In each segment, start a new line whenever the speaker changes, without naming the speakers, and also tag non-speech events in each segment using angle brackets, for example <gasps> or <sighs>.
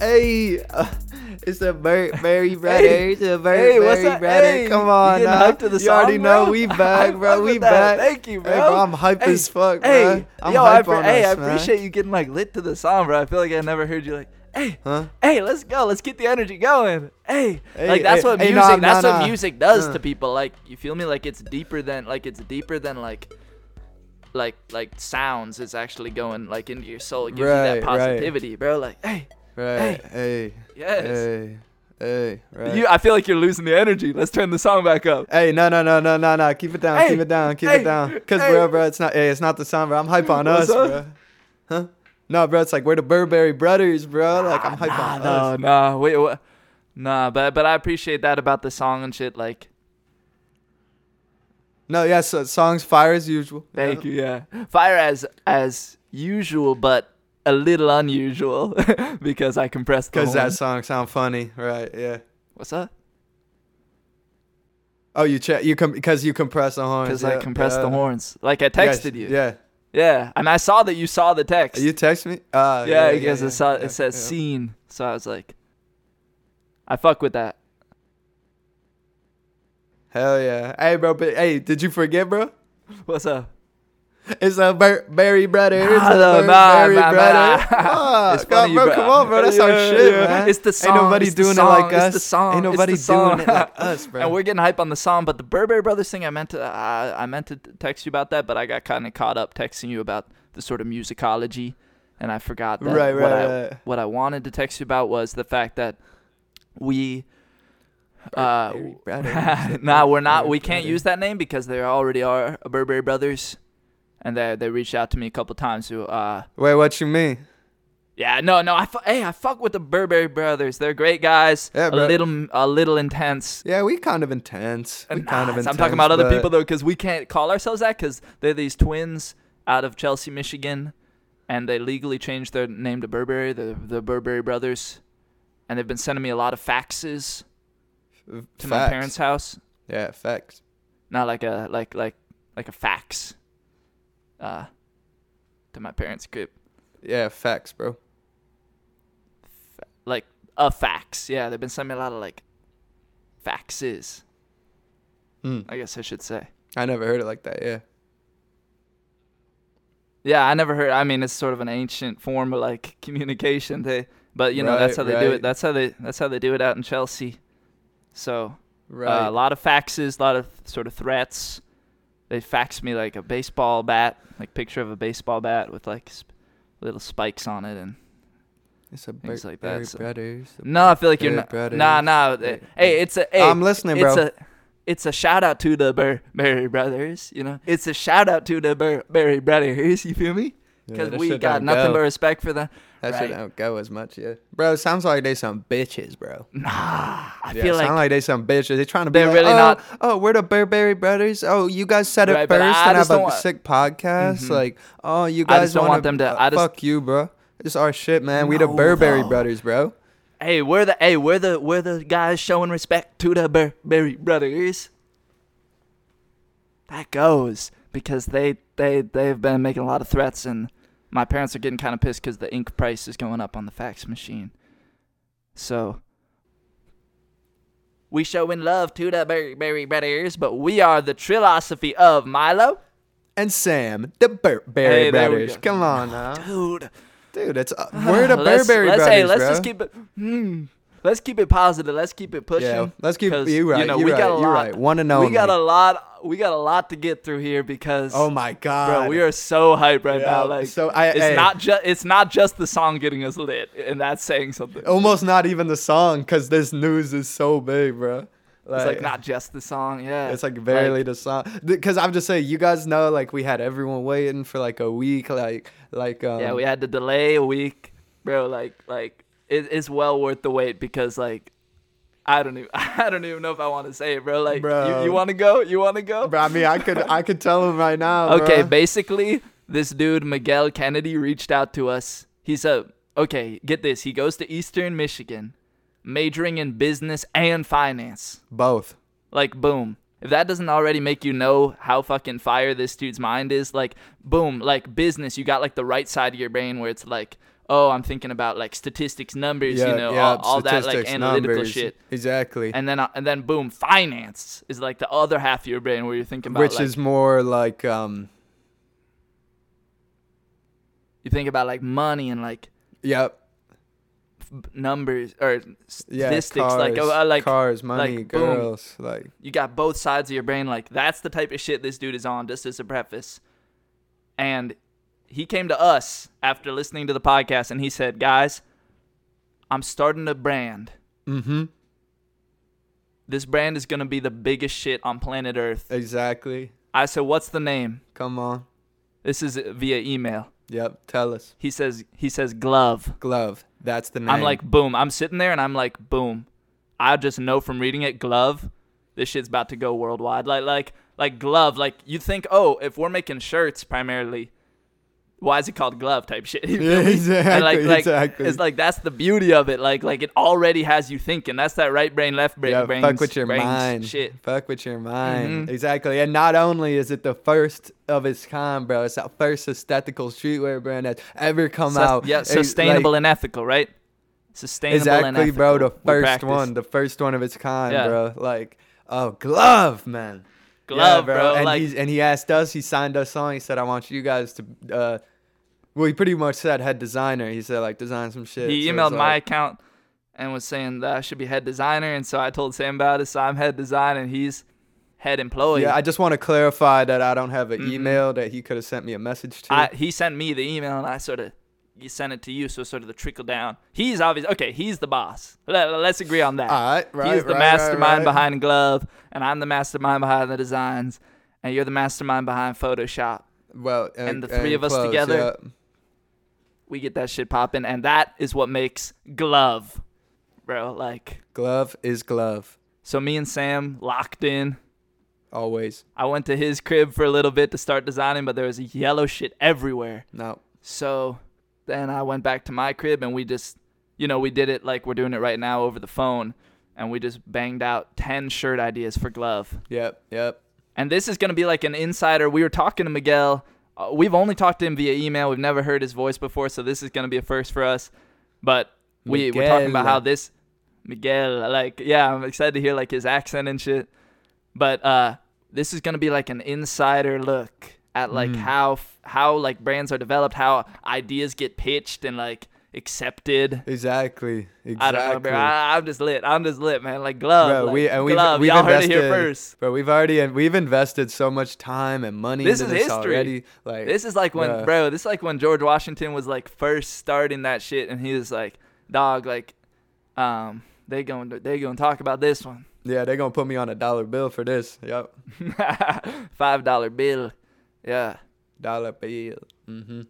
Hey, uh, it's a Burt
<laughs>
Berry Brothers. a Burt
Hey,
Berry
what's up?
Brother.
Hey,
Come
you
on,
getting
now.
hyped to the
you already
song,
know
bro?
we
I
back, bro.
fuck
We
with that.
back.
Thank you,
Hey,
bro.
bro, I'm hype
Hey,
as fuck,
hey,
bro. I'm
yo,
hype
I, appre-
on
hey,
us,
I
man.
appreciate you getting like lit to the song, bro. I feel like I never heard you like, hey,
Huh?
hey, let's go, let's get the energy going. Hey,
Hey,
like that's
hey,
what
hey,
music,
nah, nah,
that's
nah.
what music does
Uh.
to people. Like, you feel me? Like it's deeper than, like it's deeper than like, like like sounds. It's actually going like into your soul. It gives you
Right, right.
that positivity, bro. Like, hey,
Right. Hey.
Yes.
Hey. Hey. Right.
you. I feel like you're losing the energy. Let's turn the song back up.
Hey, no, no, no, no, no, no. Keep it down.
Hey,
keep it down. Keep
hey,
it down. Cause
hey.
bro, bro, it's not. Hey, it's not the sound, bro. I'm hype on us,
What's up?
bro. Huh? No, bro. It's like we're the Burberry Brothers, bro. Like I'm hype
Ah,
on
nah, no,
us.
Nah, wait, what? Nah, but but I appreciate that about the song and shit. Like,
No, yeah. So songs fire as usual.
thank you, yeah. Fire as as usual, but a little unusual <laughs> because I compressed. the
Cause
whole-
that song sound funny, right? Yeah.
What's up?
Oh, you check. You com because you compress the horns.
Because
yeah,
I compressed
yeah.
the horns. Like I
Yes,
texted you.
Yeah. Oh,
Yeah, and I saw that you saw the text.
You text me. Uh,
yeah, because it saw,
yeah,
it says
yeah.
scene, so I was like, I fuck with that.
Hell yeah. Hey, bro. But hey, did you forget, bro?
What's up?
It's a Bur- Barry brother. It's
Nah,
a
though,
Bur-
nah,
Barry
nah,
brother.
<laughs> nah.
Ah,
It's
God,
funny,
bro,
bro.
Come on, bro. That's our
Yeah,
shit,
yeah.
man.
It's the song,
Ain't nobody
it's the
doing it
song,
like
it's
us.
the song,
Ain't
it's the
nobody
song.
doing it like us, bro.
<laughs> And we're getting hype on the song, but the Burberry Brothers thing, I meant to, I I meant to text you about that, but I got kind of caught up texting you about the sort of musicology, and I forgot that
Right,
what
right,
I
right.
what I wanted to text you about was the fact that we, uh, <laughs>
Burberry Brothers.
nah, we're not, we
Burberry
can't
Brothers.
use that name because there already are Burberry Brothers, and they they reached out to me a couple times who uh.
Wait, what you mean?
Yeah, no, no. I fu- hey, I fuck with the Burberry brothers. They're great guys.
Yeah,
a
bro.
little, a little intense.
Yeah, we kind of intense. We
Nah,
kind of intense.
I'm talking about other
but-
people though, because we can't call ourselves that, because they're these twins out of Chelsea, Michigan, and they legally changed their name to Burberry, the the Burberry brothers, and they've been sending me a lot of faxes to my
Facts.
parents' house.
Yeah, facts.
Not like a like like like a fax. Uh, to my parents' crib.
Yeah, facts, bro.
like a fax. Yeah, they've been sending me a lot of like faxes.
Mm.
I guess I should say.
I never heard it like that. Yeah.
Yeah, I never heard. I mean, it's sort of an ancient form of like communication. They, but you know, that's how
Right,
they do it.
right.
That's how they. That's how they do it out in Chelsea. So
Right.
uh, a lot of faxes, a lot of sort of threats. They faxed me like a baseball bat, like picture of a baseball bat with like sp- little spikes on it, and
it's a
things
Bur-
like that,
Berry
so-
Brothers. the
No, I feel like you're
Burberry
not.
Brothers.
Nah, nah.
Yeah,
eh, Hey, it's a. Hey,
I'm listening,
it's
bro.
A, it's a shout out to the Bur- Berry Brothers. You know, it's a shout out to the Bur- Berry Brothers. You feel me?
Yeah,
Because
that
we
shit
got
don't
nothing
go.
but respect for them.
That
right.
shit don't go as much, yeah. Bro, sounds like they some bitches, bro.
Nah, I
Yeah,
feel
sound
like.
like they some bitches. They trying to be
They're
like,
really
oh,
not-
Oh, we're the Burberry Brothers. Oh, you guys said it
Right, but
first
I
and
just
have a
don't wa-
sick podcast.
Mhm.
Like, oh, you
I
guys
just don't
wanna-
want them to-
uh,
I just-
fuck you, bro. It's our shit, man. we the
No,
Burberry
though.
Brothers, bro.
hey, we're the. Hey, we're the. We're the guys showing respect to the Bur- Berry Brothers. That goes because they they they've been making a lot of threats and my parents are getting kind of pissed because the ink price is going up on the fax machine. So we showing love to the Berry Berry Brothers, but we are the philosophy of Milo.
And Sam, the Burberry
Hey, there we
Brothers.
go.
Come on, now.
Dude,
dude. It's
<sighs>
uh, we're the
let's-
Burberry
let's,
Brothers,
Hey, let's
bro.
just keep it. Hmm, let's keep it positive. Let's keep it pushing.
Yeah, let's keep.
'cause,
You right.
know,
you
we
right.
got a
you
lot.
right. One and only.
We got a lot. We got a lot to get through here because.
Oh my god,
Bro, we are so hyped right
Yeah,
now. Like,
so I-
it's
hey.
not just it's not just the song getting us lit, and that's saying something.
almost not even the song because this news is so big, bro.
it's like not just the song, yeah.
It's like barely the song, because I'm just saying, you guys know, like we had everyone waiting for like a week, like like um,
yeah, we had to delay a week, bro. Like, like it, it's well worth the wait because like, I don't even <laughs> I don't even know if I want to say it, bro. Like,
Bro.
you, you want to go? You want to go?
Bro, I mean, I could I could tell them right now.
okay,
bruh.
basically, this dude Miguel Kennedy reached out to us. He's a okay. Get this. He goes to Eastern Michigan, majoring in business and finance.
Both.
Like boom. If that doesn't already make you know how fucking fire this dude's mind is, like boom, like business, you got like the right side of your brain where it's like, oh, I'm thinking about like statistics, numbers, you know, all, all that like
statistics,
analytical
numbers,
shit.
Exactly.
And then uh, and then boom, finance is like the other half of your brain where you're thinking about
Which
like,
is more like um
you think about like money and like
yep.
b- numbers or
Yeah,
statistics like
cars,
oh, uh, like
cars, money,
boom.
girls, like
you got both sides of your brain like that's the type of shit this dude is on just as a preface and he came to us after listening to the podcast and he said guys i'm starting a brand
mm-hmm.
this brand is going to be the biggest shit on planet earth
Exactly.
i said what's the name
Come on.
this is via email
Yep. Tell us.
he says he says glove
Glove. That's the name.
i'm like boom i'm sitting there and i'm like boom i just know from reading it glove this shit's about to go worldwide like like like glove like you think oh if we're making shirts primarily why is it called glove type shit <laughs> You
Yeah,
feel
<laughs>
me?
exactly,
And, like, like,
exactly.
it's like that's the beauty of it like like it already has you thinking that's that right brain left brain
yeah,
brains,
fuck with your
brains
mind.
shit
Fuck with your mind.
Mhm.
Exactly. And not only is it the first of its kind, bro, it's the first aesthetical streetwear brand that's ever come
Sus-
out.
yeah
It's,
sustainable
like,
and ethical right sustainable and
Exactly,
ethical
bro. The
We
first
practice.
one. The first one of its kind,
Yeah.
bro. Like, oh, glove, man. Yeah,
glove bro,
And,
like
he's, and he asked us, he signed us on. He said, I want you guys to. Uh, well, he pretty much said head designer. He said, like, design some shit.
he
So it's
emailed my
like,
account and was saying that I should be head designer, and so I told Sam about it. So I'm head design, and he's head employee.
Yeah, I just want to clarify that I don't have an
Mhm.
email that he could have sent me a message to.
I- he sent me the email, and I sort of you sent it to you, so sort of the trickle down. He's obvious. Okay, he's the boss. Let, us agree on that.
All right, Ah, right,
he's the
right, right,
mastermind
right.
behind Glove, and I'm the mastermind behind the designs, and you're the mastermind behind Photoshop.
Well,
And the three of us
close,
together?
yeah.
We get that shit popping, and that is what makes Glove, bro. Like,
Glove is glove,
so me and Sam locked in.
always.
I went to his crib for a little bit to start designing, but there was yellow shit everywhere.
No,
So then I went back to my crib and we just, you know, we did it like we're doing it right now over the phone. And we just banged out 10 shirt ideas for Glove.
yep, yep.
And this is going to be like an insider. We were talking to Miguel. Uh, we've only talked to him via email. We've never heard his voice before. So this is going to be a first for us. But we were talking about
Miguel.
how this, Miguel, like, yeah, I'm excited to hear like his accent and shit. But uh, this is going to be like an insider look at
Mm.
like how f- how like brands are developed, how ideas get pitched and like accepted.
Exactly, exactly.
I don't know, bro. I, I'm just lit. I'm just lit, man. Like glove,
Bro,
like,
we and we've,
glove.
we've
Y'all heard it
invested,
here first.
Bro, we've already and we've invested so much time and money
This
into
is
this
history.
already. Like
This is like when,
bruh.
bro. This is like when George Washington was like first starting that shit, and he was like, "Dog, like, um, they going to they going to talk about this one, <laughs>
yeah, they're gonna put me on a dollar bill for this. Yep,
five dollar bill, yeah,
dollar bill. Mm-hmm.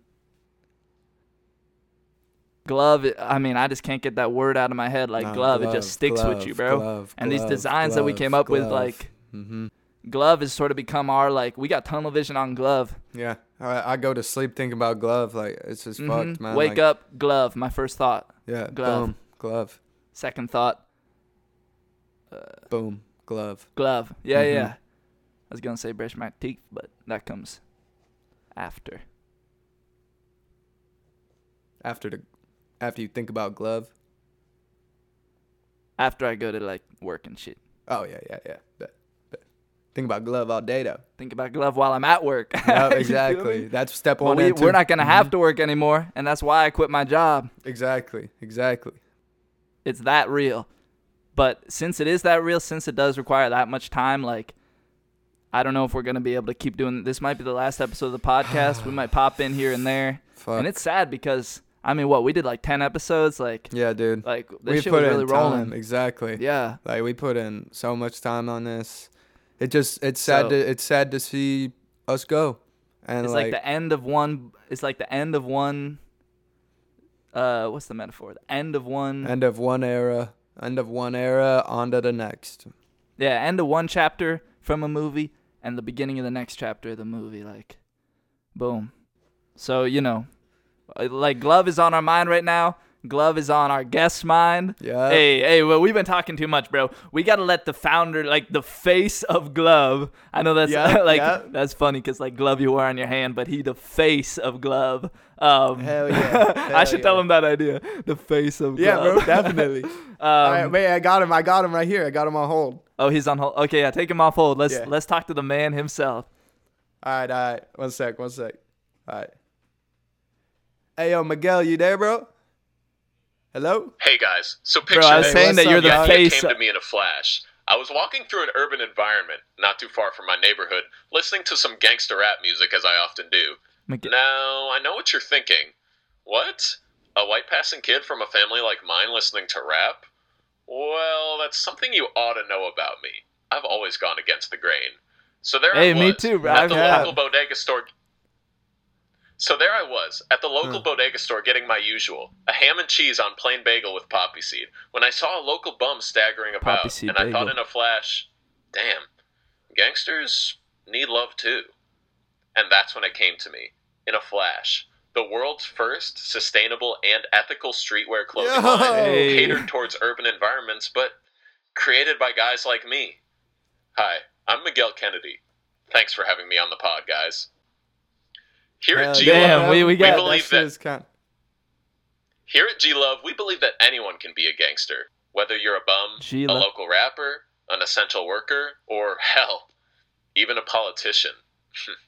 glove. I mean, I just can't get that word out of my head. Like
No,
glove, it just sticks with you, bro.
glove,
and these
glove,
designs that we
glove,
came up with,
glove.
like
Mhm.
glove, has sort of become our like. We got tunnel vision on glove.
yeah, I, I go to sleep thinking about glove. Like it's just fucked,
Mhm.
man.
Wake
like,
up, glove. My first thought,
Yeah,
glove.
boom, glove,
second thought, Uh,
boom, glove.
glove. Yeah,
Mhm.
yeah. I was gonna say brush my teeth, but that comes after.
after the after you think about glove.
After I go to like work and shit.
Oh yeah, yeah, yeah. Bet, bet. Think about glove all day though.
Think about glove while I'm at work.
No,
<laughs> You feel
exactly.
me?
That's step
But
one.
we,
and Mm-hmm. 2
we're not gonna have to work anymore, and that's why I quit my job.
Mm-hmm. Exactly, exactly.
It's that real. But since it is that real, since it does require that much time, like I don't know if we're gonna be able to keep doing. This might be the last episode of the podcast. we might pop in here
<sighs>
and there,
Fuck.
and it's sad because I mean, what we did like ten episodes, like
yeah, dude.
like this
we
shit
put
was
in
really
time.
rolling.
Exactly.
Yeah.
Like we put in so much time on this. It just it's sad
So-
to it's sad to see us go. And
It's like,
like,
the end of one. It's like the end of one. Uh, what's the metaphor? The end of one.
end of one era, end of one era, on to the next.
yeah, end of one chapter from a movie and the beginning of the next chapter of the movie. Like, boom. So you know, uh, like Glove is on our mind right now. Glove is on our guest's mind.
Yeah.
Hey, hey, well, we've been talking too much, bro. We gotta let the founder, like the face of Glove. I know that's
Yeah,
<laughs> like
yeah.
that's funny because like Glove you wear on your hand, but he the face of Glove. Um,
Hell yeah.
<laughs> I
Hell
should tell
yeah.
him that idea. The face of
Yeah,
Glove. <laughs>
bro, definitely. All right,
um,
wait, I got him. I got him right here. I got him on hold.
oh, he's on hold. Okay, yeah, take him off hold. Let's
Yeah.
let's talk to the man himself.
All right, all right. One sec, one sec. All right. Hey, yo, Miguel, you there, bro? Hello?
Hey guys, so picture
Bro, I was
this.
saying
what's
that you're
up,
the
dog?
The idea
face.
came to me in a flash. I was walking through an urban environment, not too far from my neighborhood, listening to some gangster rap music as I often do.
Miguel-
Now, I know what you're thinking. What? A white passing kid from a family like mine listening to rap? Well, that's something you ought to know about me. I've always gone against the grain. So there
Hey,
I was.
me too, bro.
At
I've
the
had-
local bodega store. So there I was, at the
Hmm.
local bodega store getting my usual, a ham and cheese on plain bagel with poppy seed, when I saw a local bum staggering about,
Poppy seed
and I thought
bagel.
in a flash, damn, gangsters need love too. And that's when it came to me, in a flash. The world's first sustainable and ethical streetwear clothing
Yo!
line
Hey.
catered towards urban environments, but created by guys like me. Hi, I'm Miguel Kennedy. Thanks for having me on the pod, guys. Here
Hell
at G
damn,
Love,
we- we got-
believe
that
that-
shit is kind-
here at G Love, we believe that anyone can be a gangster, whether you're a bum,
G
a
Love.
local rapper, an essential worker, or <laughs> hell, even a politician. <laughs>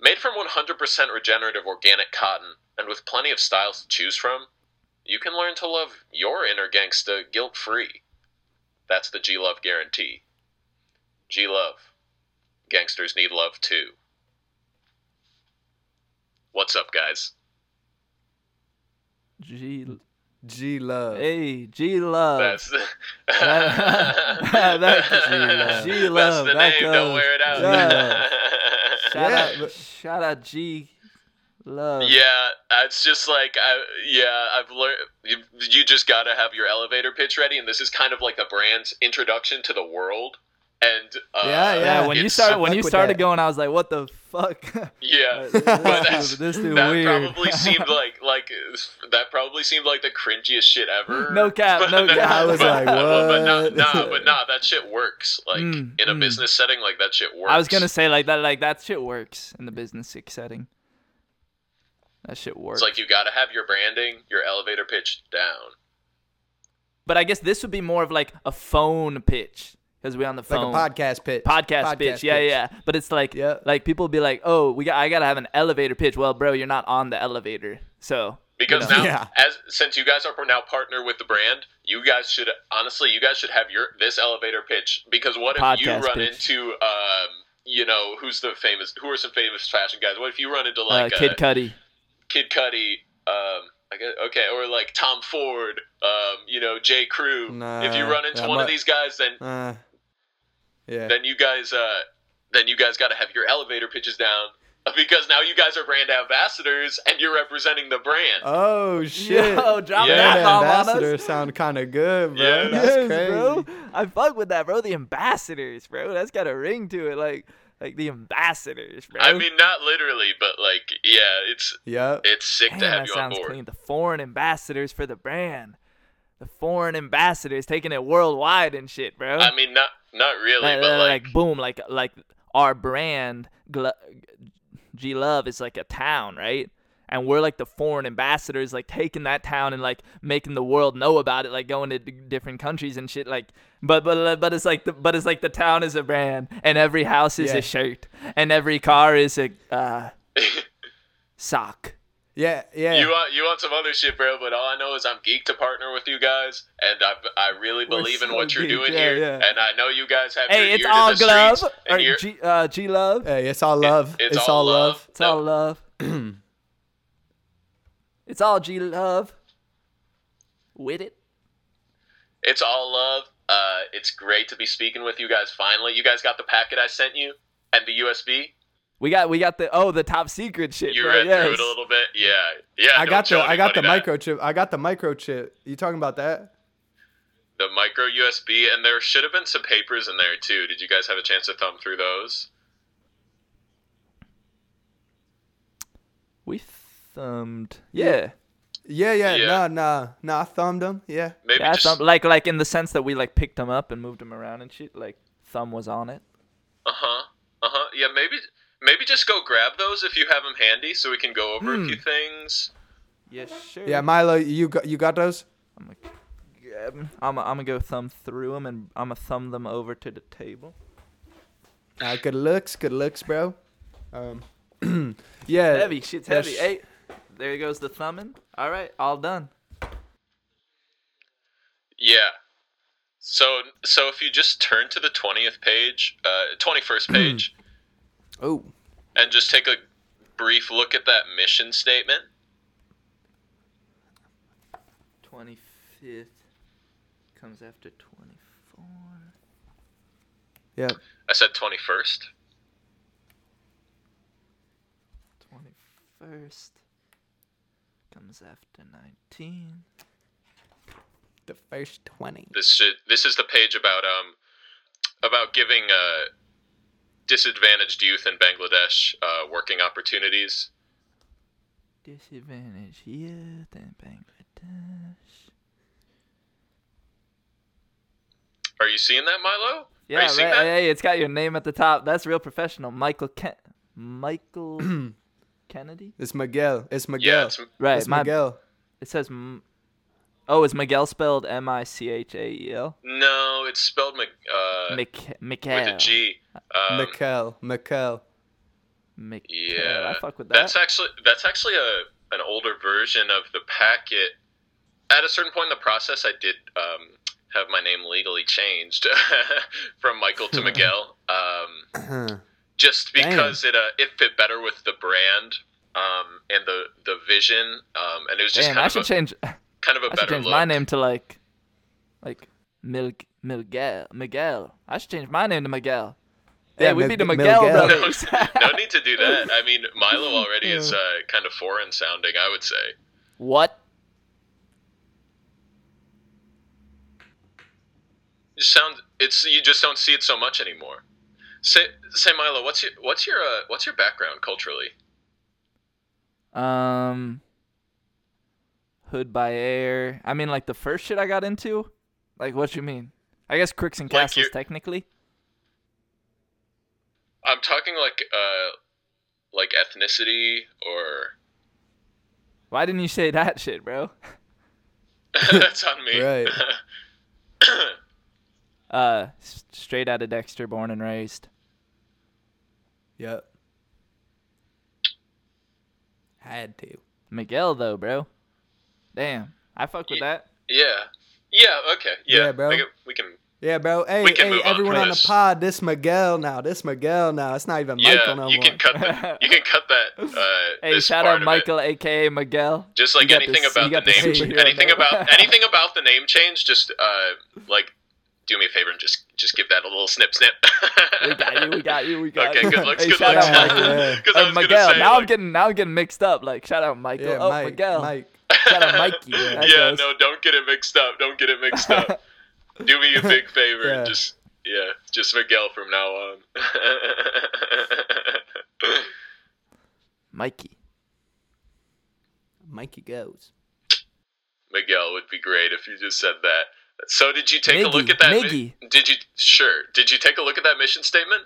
Made from 100% regenerative organic cotton and with plenty of styles to choose from, you can learn to love your inner gangsta guilt free. That's the G Love guarantee. G Love. Gangsters need love too. What's up, guys?
G.
G Love.
Hey, G Love.
<laughs> That's
<laughs> That-
that's <laughs>
G Love,
the
that
name.
goes.
Don't wear it out.
Shout
Yeah,
out,
but-
shout out, G. Love.
<laughs> yeah, it's just like I. Yeah, I've learned. You, you just gotta have your elevator pitch ready, and this is kind of like a brand's introduction to the world. And uh,
Yeah,
Yeah, when you
it's-
started when
fuck
you
with
started
that.
going, I was like, "What the fuck?" <laughs>
yeah. <laughs>
this,
that's-
dude, this dude
That
weird.
probably seemed like like that probably seemed like the cringiest shit ever. <laughs>
No cap, no
But-
cap.
I was
<laughs>
like,
but- But nah,
what?
nah,
<laughs>
but nah, that shit works. Like
Mm,
in a
mm.
business setting, like that shit works.
I was gonna say like that, like that shit works in the business setting. That shit works.
It's like you gotta have your branding, your elevator pitch down.
but I guess this would be more of like a phone pitch because we're on the
like
phone.
a podcast pitch.
Um, podcast, pitch. Yeah, yeah. But it's like
Yeah.
like people be like, "Oh, we got I got to have an elevator pitch." Well, bro, you're not on the elevator. So,
Because
Yeah.
now,
Yeah.
as since you guys are now partner with the brand, you guys should honestly, you guys should have your this elevator pitch. Because what if you
Podcast
run
pitch.
into, um, you know, who's the famous, who are some famous fashion guys? What if you run into
<laughs>
like
uh,
uh,
Kid Cudi.
Kid Cudi, um, I guess, okay, or like Tom Ford, um, you know, J. Crew.
Nah,
if you run into
that
one of
mu-
these guys, then
Uh, yeah.
then you guys uh then you guys got to have your elevator pitches down <laughs> because now you guys are brand ambassadors and you're representing the brand.
Uh,
oh shit.
Yo, <laughs> drop
Yeah.
Brand
that bomb on us.
ambassador sound kind of good, bro.
Yeah.
That's
yes,
crazy.
bro. I fuck with that, bro. The ambassadors, bro. That's got a ring to it, like like the ambassadors, bro.
I mean, not literally, but like, yeah, it's
Yep.
it's sick
Damn,
to
that
have you on
sounds
board.
clean. The foreign ambassadors for the brand, the foreign ambassadors taking it worldwide and shit, bro.
I mean, not not really,
like,
but
like-
like,
like, boom, like like our brand, Glo- G Love is like a town, right? And we're like the foreign ambassadors, like taking that town and like making the world know about it, like going to d- different countries and shit. Like, but but but it's like the, but it's like the town is a brand, and every house is
Yeah.
a shirt, and every car is a
<laughs>
uh, sock.
Yeah, yeah.
you want you want some other shit, bro. But all I know is I'm geeked to partner with you guys, and I I really
We're
believe in
so
what you're
geeked,
doing
yeah,
here,
yeah.
and I know you guys have
Hey,
your
it's
ear to
all
the
glove
streets, and
or
you're-
G uh, G Love.
Hey, it's all love.
it's all love.
It's all love. <clears throat> it's all G Love. With it.
It's all love. Uh, it's great to be speaking with you guys finally. You guys got the packet I sent you and the USB.
We got we got the oh the top secret shit.
You
bro,
read
yes.
through it a little bit. Yeah, yeah.
I
don't
got
tell
the I got the
anybody that.
microchip. I got the microchip. You talking about that?
the micro USB, and there should have been some papers in there too. Did you guys have a chance to thumb through those?
We thumbed. Yeah.
Yeah, yeah,
Yeah.
nah, nah, nah. I thumbed him. Yeah,
Maybe
yeah I
just
thumb, like like in the sense that we like picked them up and moved them around and shit. Like thumb was on it.
Uh huh. Uh huh. Yeah, maybe maybe just go grab those if you have them handy, so we can go over a few
Hmm.
things.
Yeah, sure.
Mm.
yeah. Milo, you got you got those?
I'm gonna, grab 'em. I'm gonna- I'm gonna go thumb through them and I'm gonna thumb them over to the table.
Uh, good looks, good looks, bro. Um, <clears throat> yeah.
Heavy shit's
yeah,
heavy.
sh-
Hey, there goes the thumbing. All right, all done.
Yeah. So so if you just turn to the twentieth page, twenty
Hmm.
first page,
Oh,
and just take a brief look at that mission statement.
Twenty fifth comes after twenty four.
yeah.
I said twenty first.
Twenty first comes after nineteen.
The first twenty.
This should this is the page about um about giving uh disadvantaged youth in Bangladesh uh, working opportunities.
Disadvantage youth in Bangladesh.
Are you seeing that, Milo? Are
Yeah,
you
right.
seeing that?
Hey, it's got your name at the top. That's real professional. Michael Ken
<clears throat>
Michael Kennedy.
It's Miguel. It's Miguel.
yeah, it's,
Right,
it's
my
Miguel.
it says. M- oh, is Miguel spelled M I C H A E L?
no, it's spelled Mc, uh,
Mik-
with
Mikael.
a G. Um,
Miguel. Miguel.
Mikael.
Yeah,
I fuck with that.
That's actually that's actually a an older version of the packet. At a certain point in the process, I did um, have my name legally changed <laughs> from
<laughs>
Michael to Miguel, um, just
Damn.
because it uh, it fit better with the brand um, and the the vision, um, and it was just
Damn, I
kind,
should
of a,
change. I
kind of a
should
better
change
look.
my name to like, like Mil Miguel Miguel. I should change my name to Miguel. Yeah,
Yeah,
we'd
Mig-
be the Miguel,
Miguel. No,
<laughs>
No,
brothers.
no need to
<laughs>
do that. I mean, Milo already is uh, kind of foreign sounding, I would say.
what?
You sound it's you just don't see it so much anymore. Say say Milo, what's your what's your uh, what's your background culturally?
Um, Hood by Air. I mean, like the first shit I got into. Like, what you mean? I guess Crooks and
Like
Castles,
you-
technically.
I'm talking like uh like ethnicity or <laughs>
Why didn't you say <laughs> that shit, bro?
that's on me.
Right.
Uh, s- straight out of Dexter, born and raised.
<clears throat> Yep. Had to.
Miguel though, bro. Damn, I fuck with that.
<laughs> yeah. Yeah, okay. Yeah,
Yeah, bro.
I get- we can
Yeah, bro. Hey,
We can
hey,
move on
everyone
from
on the
this.
pod. This Miguel now. This Miguel now. It's not even
yeah,
Michael no
you
more.
can cut that.
<laughs>
You can cut that. Uh,
Hey,
this
shout
part
out
of it.
Michael, aka Miguel.
Just like
You got
anything
this- you
about the
got this
name,
superhero
anything
name. <laughs>
about anything about the name change, just uh, like do me a favor and just just give that a little snip, snip. <laughs>
We got you. We got you. We got
Okay,
you.
good looks,
Hey,
good
shout
looks.
out
<laughs>
Michael.
Yeah.
Because I
Hey,
was
Miguel.
gonna say,
now I'm
like-
getting now I'm getting mixed up. Like shout out Michael.
yeah,
oh
Mike.
Miguel.
Mike.
Shout out
<laughs>
Mikey. That
yeah,
goes.
no, don't get it mixed up. Don't get it
<laughs>
mixed up. Do me a big favor
Yeah.
and just yeah, just Miguel from now on. <laughs>
Mikey.
Mikey goes.
Miguel would be great if you just said that. So did you take a look
Miggy,
at that? mi-
Miggy.
did you sure? Did you take a look at that mission statement?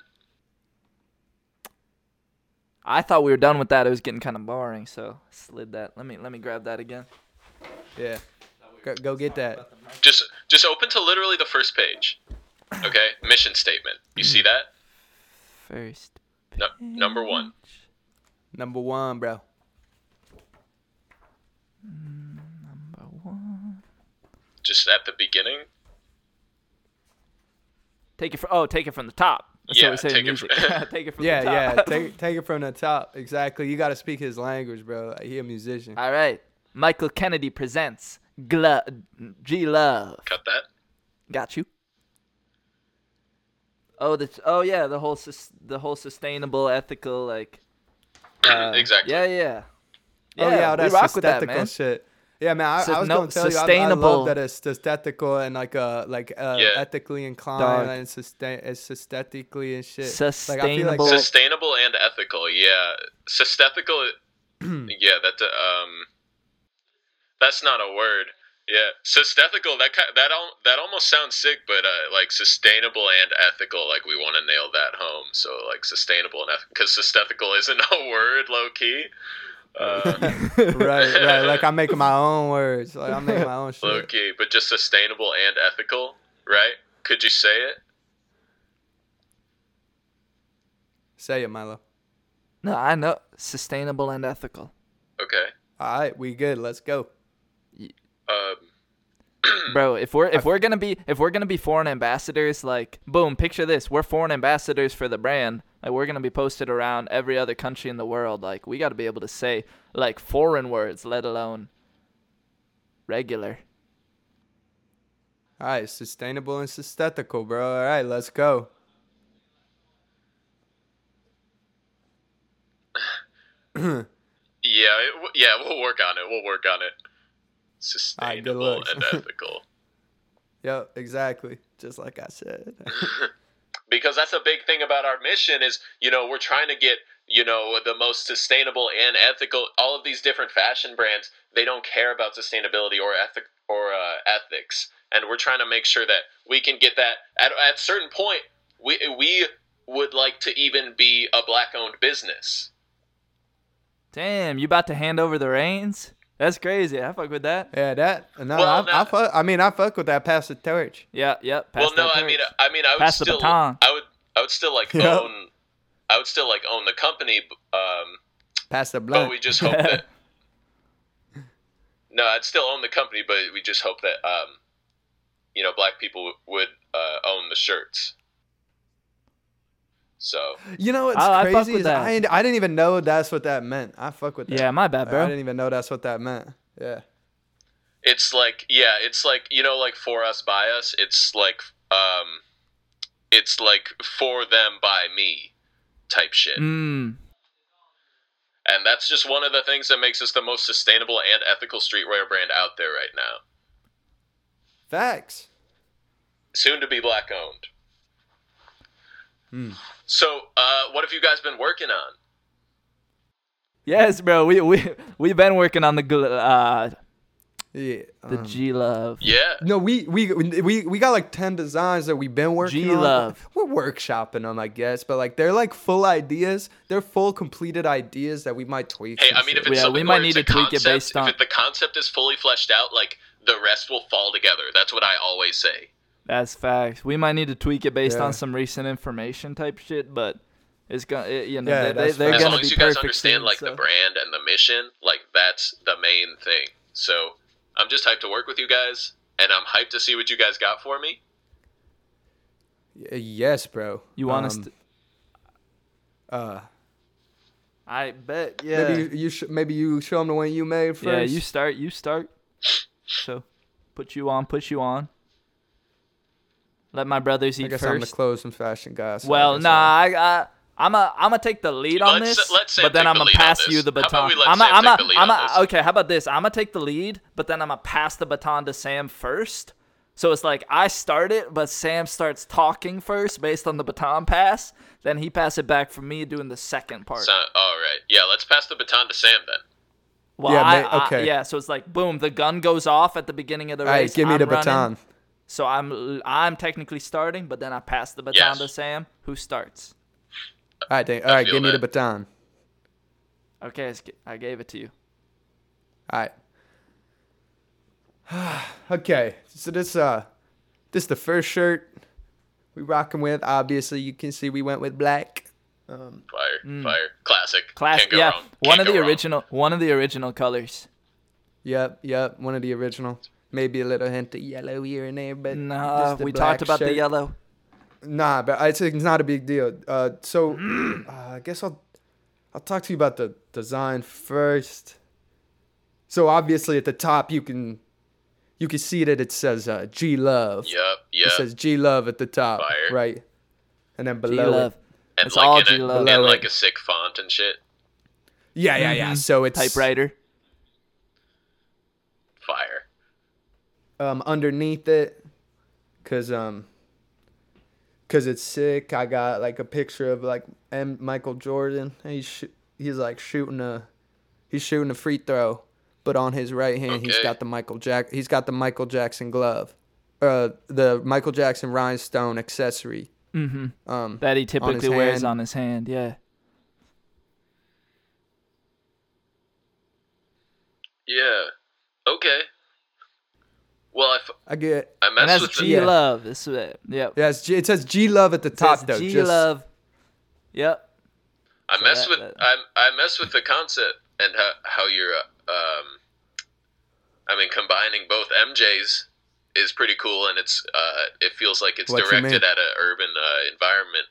I thought we were done with that. It was getting kind of boring, so I slid that. Let me let me grab that again.
Yeah. Go, go get that.
Just just open to literally the first page.
<clears throat>
Okay, mission statement. You see that?
First.
No, number one.
Number one, bro.
Number one.
Just at the beginning.
Take it from oh, take it from the top. That's
Yeah,
what we say
take
in
it from-
music. <laughs> take it from
Yeah,
the top.
yeah. Take take it from the top. Exactly. You got to speak his language, bro. He a musician.
<laughs> All right. Michael Kennedy presents Glo- G Love.
Cut that. <clears throat>
Got you. Oh, the oh yeah, the whole sus- the whole sustainable, ethical like. uh,
exactly.
Yeah, yeah.
oh yeah, all
we
that
rock with that,
sustetical
man.
shit. Yeah, man. I,
Sus-
I was
no,
gonna tell you, I- I,
sustainable.
love that it's aesthetical and like uh like uh
Yeah.
ethically inclined
Dog.
and sustain it's aesthetically and shit. Like, I feel
Sustainable.
like
Sustainable and ethical, yeah. Sustetical yeah, that uh, um, that's not a word. Yeah, susthethical. That ki- that al- that almost sounds sick, but uh, like sustainable and ethical. Like we want to nail that home. So like sustainable and ethical, because susthethical <laughs> isn't a word, low key. Uh,
right, right. Like I make
<laughs>
my own words. Like I make my own
low
shit.
key, but just sustainable and ethical, right? Could you say it?
Say it, Milo.
No, I know sustainable and ethical.
Okay.
All right, we good. Let's go.
Um,
Bro, if we're if we're gonna be if we're gonna be foreign ambassadors, like boom, picture this: we're foreign ambassadors for the brand. Like we're gonna be posted around every other country in the world. Like we gotta be able to say like foreign words, let alone regular.
All right, sustainable and sustetical, bro. All right, let's go.
yeah, it, w- yeah, we'll work on it. We'll work on it.
Alright, good
Sustainable
luck. <laughs>
and ethical.
Yep, exactly. Just like I
<laughs>
said.
because that's a big thing about our mission is you know we're trying to get you know the most sustainable and ethical all of these different fashion brands they don't care about sustainability or ethic or uh, ethics and we're trying to make sure that we can get that at at a certain point we we would like to even be a black owned business
Damn, you about to hand over the reins? That's crazy. I fuck with that.
yeah, that. No,
Well,
I,
no.
I fuck. I mean, I fuck with that. Pass the torch.
Yeah, yep. pass
well no
that
i mean uh,
torch.
i mean i would
Pass the
still
baton.
i would i would still like
Yeah.
own i would still like own the company b- um
Pass the
But
blunt.
we
<laughs>
just hope that. No, I'd still own the company, but we just hope that um, you know, black people w- would uh, own the shirts. So
you know what's
Oh, I fuck
crazy
with
is
that.
I, I didn't even know that's what that meant. I fuck with that.
yeah, my bad,
Like, I
bro.
didn't even know that's what that meant. Yeah.
it's like, yeah, it's like you know, like for us by us. It's like um, it's like for them by me, type shit.
Mm,
And that's just one of the things that makes us the most sustainable and ethical streetwear brand out there right now.
Facts.
soon to be black owned.
Hmm.
So, uh, what have you guys been working on?
yes, bro. We we we've been working on the gl- uh
Yeah.
the
um,
G love.
Yeah,
no, we, we we we got like ten designs that we've been working on.
G-Love.
We're workshopping them, I guess, but like they're like full ideas. They're full completed ideas that we might tweak.
hey,
and
I mean, if
shit.
it's
Yeah,
something
we might
where
need
it's
to
a
tweak it
concept,
based on-
if it, the concept is fully fleshed out, like the rest will fall together. That's what I always say.
That's facts. We might need to tweak it based
Yeah.
on some recent information type shit, but it's gonna it, you know
Yeah,
they, they,
that's
they're
facts.
As
gonna
long
be
as you guys
perfect.
understand
soon,
like
so-
the brand and the mission, like that's the main thing. So, I'm just hyped to work with you guys, and I'm hyped to see what you guys got for me.
Y- yes, bro.
you want us
Um,
to?
uh,
I bet. Yeah.
maybe you, you sh- maybe you show them the one you made first.
yeah. You start. You start. So, put you on. Put you on. Let my brothers
I
eat
guess i I'm the
first.
clothes and fashion guy. so I
well,
guess
nah.
I'll-
I, I I'm a I'm gonna take the lead on
Let's-
this,
let Sam
but then
take
I'm
the
gonna
lead on
pass
this.
you the
How about
baton.
we let
I'm a,
Sam
I'm
take
a,
the lead
I'm
on
a-
this?
okay. How about this? I'm gonna take the lead, but then I'm gonna pass the baton to Sam first. So it's like I start it, but Sam starts talking first based on the baton pass. Then he pass it back for me doing the second part.
So, all right, yeah, let's pass the baton to Sam then.
Well,
Yeah,
I,
ma-
I-
okay.
yeah. So it's like boom, the gun goes off at the beginning of the
All
race.
right, give me
I'm
the
running.
baton.
So I'm I'm technically starting, but then I pass the baton
Yes.
to Sam, who starts.
All right, dang, all right,
feel
give me the
that.
baton.
Okay, it's g- I gave it to you.
All right. <sighs> okay, so this uh, this the first shirt we rocking with. Obviously, you can see we went with black.
Fire, fire, classic,
Classic.
Can't
Mm.
go
Yeah,
wrong.
one
Can't
of
go
the
wrong.
original one of the original colors.
Yep, yep, one of the original. Maybe a little hint of yellow here and there, but
Nah,
just the
we
black
talked about the
shirt.
yellow.
Nah, but it's, it's not a big deal. Uh,
<clears throat>
so uh, I guess I'll I'll talk to you about the design first. So obviously at the top you can you can see that it says uh, G Love.
Yep,
It
yep.
says G Love at the top,
Fire.
right? And then
G
below
love.
it,
and
It's
like
all
in a-
G love.
in
Below
like
it.
a sick font and shit.
yeah, yeah, yeah.
Mhm.
So it's
Typewriter.
Fire.
um, underneath it, cause um, cause it's sick. I got like a picture of like M Michael Jordan. He's sh- he's like shooting a, He's shooting a free throw, but on his right hand he's
Okay.
got the Michael Jack he's got the Michael Jackson glove. Uh the Michael Jackson rhinestone accessory.
Mm-hmm.
Um
That he typically wears
hand.
on his hand. Yeah.
Yeah. Okay. Well, I, f-
I get
I
And
messed
that's
with
G
the,
Yeah.
Love. This is it. Yep.
yeah, it's G, it says G Love at the top
Says
though.
G
just-
Love. Yep.
I messed
that-
with
that-
I I messed with the concept and how how you're uh, um. I mean, combining both MJ's is pretty cool, and it's uh, it feels like it's
What you mean?
directed at an urban uh, environment.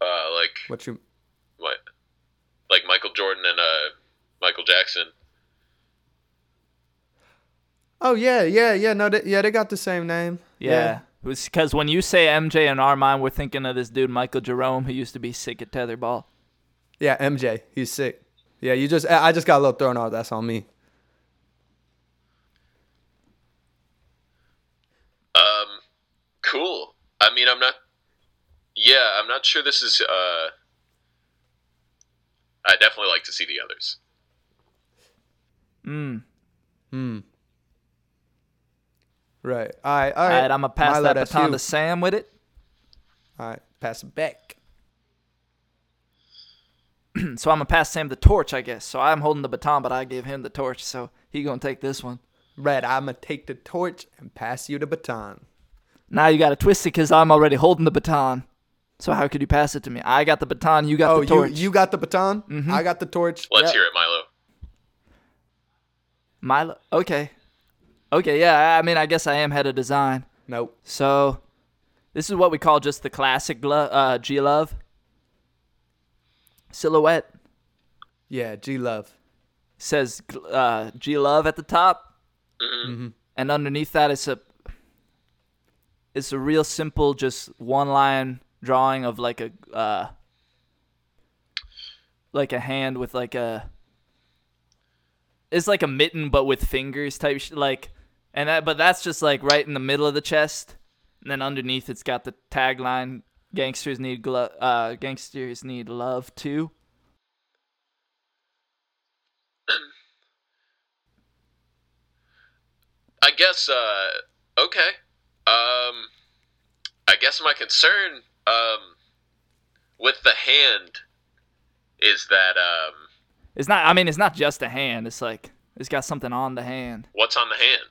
Uh, like
What you
what, like Michael Jordan and uh, Michael Jackson.
Oh yeah, yeah, yeah. No, they, yeah, they got the same name.
Yeah. Because when you say MJ in our mind, we're thinking of this dude Michael Jerome who used to be sick at tetherball.
yeah, yeah. MJ, he's sick. Yeah, you just I I just got a little thrown off. That's on me.
Um, cool. I mean, I'm not. Yeah, I'm not sure this is. Uh, I definitely like to see the others.
Mm.
Right. All right. All
All
right.
right, I'm gonna pass
Milo,
that
that's
baton
you.
to Sam with it. <clears throat>
All right, pass it back.
so I'm gonna pass Sam the torch, I guess. So I'm holding the baton, but I give him the torch. So he gonna take this one.
Red, I'm gonna take the torch and pass you the baton.
Now you gotta twist it because I'm already holding the baton. So how could you pass it to me? I got the baton, you got
Oh,
the
you
torch. Mm-hmm.
you got the baton. I got the torch.
Let's
Yep.
hear it, Milo.
Milo. Okay. Okay. Yeah. I I mean, I guess I am head of design.
Nope.
So this is what we call just the classic glo- uh, G Love silhouette.
Yeah, G Love.
says gl- uh, G Love at the top, and underneath that it's a it's a real simple, just one line drawing of like a uh, like a hand with like a it's like a mitten but with fingers type sh- like and that but that's just like right in the middle of the chest, and then underneath it's got the tagline. Gangsters need glo- uh, gangsters need love too.
I guess. Uh, okay. Um, I guess my concern um, with the hand is that um,
It's not. I mean, it's not just a hand. It's like it's got something on the hand.
what's on the hand,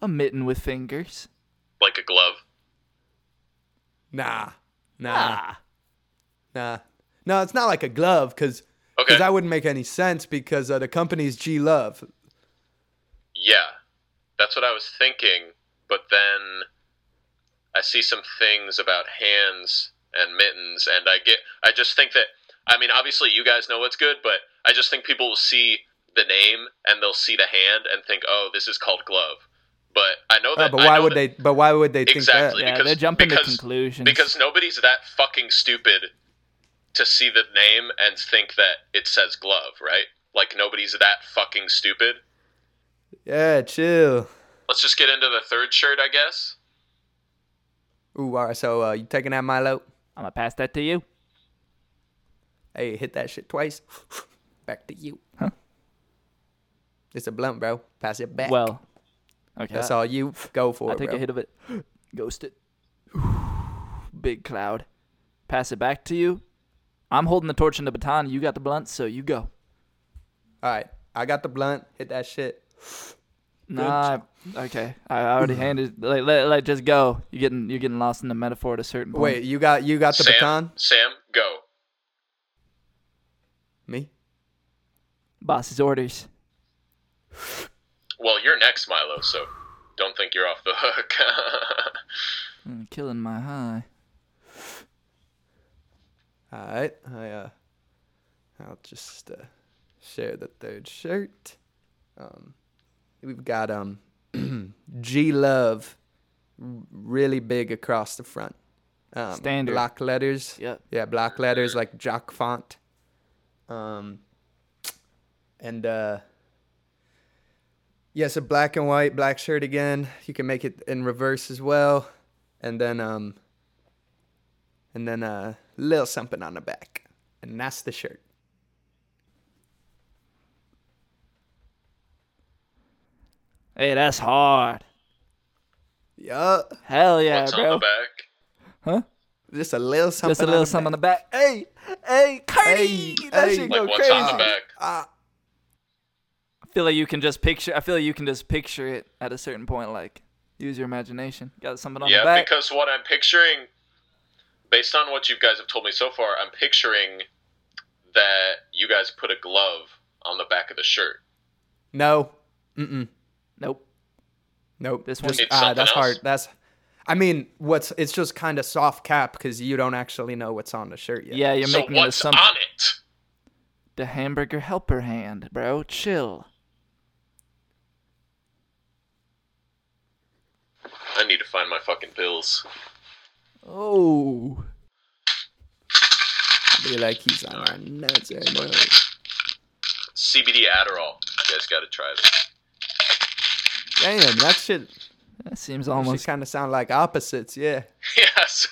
A mitten with fingers.
like a glove.
Nah, nah,
Ah.
Ah,
nah. No, it's not like a glove, cause
Okay.
'cause that wouldn't make any sense because uh, the company's G Love.
Yeah, that's what I was thinking. But then I see some things about hands and mittens, and I get. I just think that. I mean, obviously, you guys know what's good, but I just think people will see the name and they'll see the hand and think, "Oh, this is called glove." But I know
Uh,
that.
but
I
why
know
would
that-
they? But why would they
Exactly.
think
Yeah,
because-
they're jumping to
because-
conclusions.
Because nobody's that fucking stupid to see the name and think that it says glove, right? Like nobody's that fucking stupid.
that? Yeah, chill.
Let's just get into the third shirt, I guess.
Ooh, all right. So uh, you taking that Milo?
I'm gonna pass that to you.
Hey, hit that shit twice. <laughs> Back to you.
Huh?
It's a blunt, bro. Pass it back.
Well, okay.
that's
I,
all you. Go for
I
it,
take
bro.
a hit of it. <gasps> Ghost it. <sighs> Big cloud. Pass it back to you. I'm holding the torch and the baton. You got the blunt, so you go.
All right, I got the blunt. Hit that shit.
Nah. Okay. I I
<sighs>
already handed. Like, let, like, just go. You're getting, you're getting lost in the metaphor at a certain point.
Wait, you got you got the
Sam,
baton?
Sam, go.
Me?
Boss's orders.
Well, you're next, Milo, so don't think you're off the hook. <laughs>
Mm, killing my high.
All right, I uh, I'll just uh, share the third shirt. Um, we've got um, <clears throat> G Love, really big across the front. Um,
Standard.
block letters.
Yep.
Yeah, block letters like jock font. Um, and uh, yeah, so black and white, black shirt again. You can make it in reverse as well, and then um, and then uh, little something on the back. And that's the shirt.
Hey, that's hard.
Yeah.
Hell yeah,
What's on the
bro.
back?
Huh?
Just a little something.
Just a little
on the
something on
back.
the back. Hey, hey, Cardi.
Hey,
that
hey.
shit
Like,
go
Like what's
crazy.
on the back?
I feel like you can just picture. I feel like you can just picture it at a certain point. Like, use your imagination. Got something on the
Yeah,
back.
because what I'm picturing, based on what you guys have told me so far, I'm picturing that you guys put a glove on the back of the shirt.
No. Mm-mm.
nope.
Nope.
This one-
Just-
It's
ah,
something
that's
else.
hard. That's. I mean, what's it's just kind of soft cap because you don't actually know what's on the shirt yet.
Yeah, you're
so
making an
what's
assumption.
on it?
The hamburger helper hand, bro. Chill.
I need to find my fucking bills.
Oh.
Be like he's on our nuts eh, anymore.
CBD Adderall. You guys got to try this. <laughs>
Damn, that shit.
That seems
Almost
almost.
kind of sound like opposites. Yeah.
Yeah, so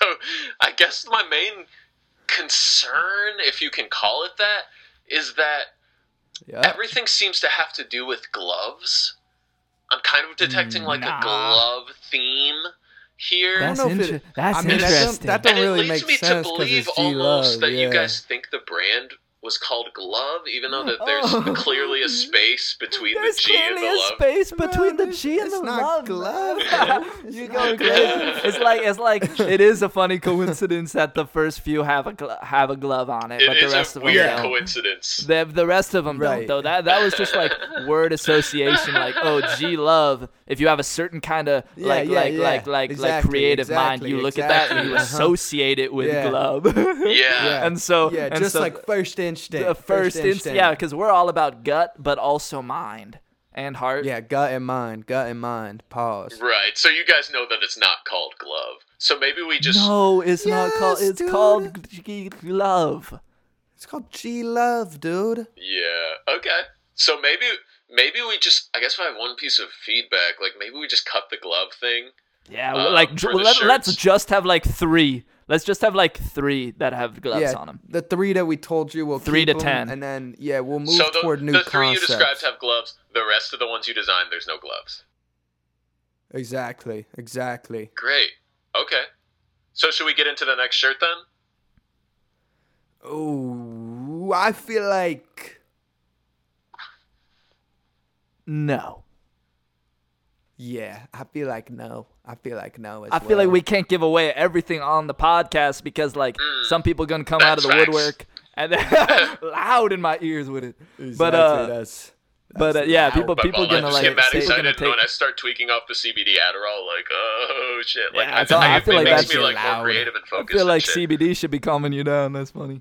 I guess my main concern, if you can call it that, is that
Yeah.
everything seems to have to do with gloves. I'm kind of detecting like
Nah.
a glove theme here.
That's,
know if
inter-
it-
that's
I mean, that don't-
interesting.
that
and
don't really
it leads
make
me
sense 'cause
to believe
it's G-Love,
almost that
yeah.
you guys think the brand was called Glove, even though that there's
Oh.
clearly a space between
There's
the G and
clearly a
the love.
space between the
it's-
G and
it's
the
not
love.
glove,
bro.
bro.
<laughs> you
It's
go
not
crazy. It's like it's like it is a funny coincidence that the first few have a glo- have a glove on it,
It
but
is
the rest
a
of them
weird
don't.
coincidence.
The, the rest of them don't
Right.
though. That that was just like word association, like <laughs> oh G love. If you have a certain kind of
Yeah,
like
yeah,
like
yeah.
like like like
Exactly,
creative mind,
exactly,
you look at that and
exactly.
you
Uh-huh.
associate it with
Yeah.
glove. <laughs>
Yeah.
and so
Yeah,
and
just
so-
like first instinct.
the first instinct. Yeah, because we're all about gut, but also mind and heart.
Yeah, gut and mind, gut and mind. Pause.
Right. So you guys know that it's not called Glove. So maybe we just
No, it's not called.
Yes,
It's
dude.
called g- g- love.
It's called G Love, dude.
Yeah. Okay. So maybe maybe we just I guess if I have one piece of feedback, like maybe we just cut the glove thing.
Yeah,
Uh,
like
for
dr-
the
let, let's
shirts.
just have like three. Let's just have like three that have gloves
yeah,
on them.
the three that we told you will
Three to 10.
and then yeah, we'll move
so the,
toward new
the three
concepts.
you described have gloves. The rest of the ones you designed, there's no gloves.
exactly, exactly.
Great. Okay. So should we get into the next shirt then?
Oh, I feel like
No,
yeah, I feel like no, I feel like no. As
I feel like
well.
we can't give away everything on the podcast because like some people gonna come out of
Mm. that's
the
facts.
woodwork and then <laughs> loud in my ears with it. but
Exactly,
uh,
that's,
but uh,
that's
yeah,
loud.
people
But
people
well, I
gonna
just
like
get mad
say we're
excited
gonna
and
take.
when I start tweaking off the CBD Adderall. Like, oh shit! Like
Yeah,
I,
it's all-
I-
I
it
feel like
makes
that's
me like
loud.
more creative and
I
focused.
feel
and
like
shit.
CBD should be calming you down. That's
<laughs>
funny.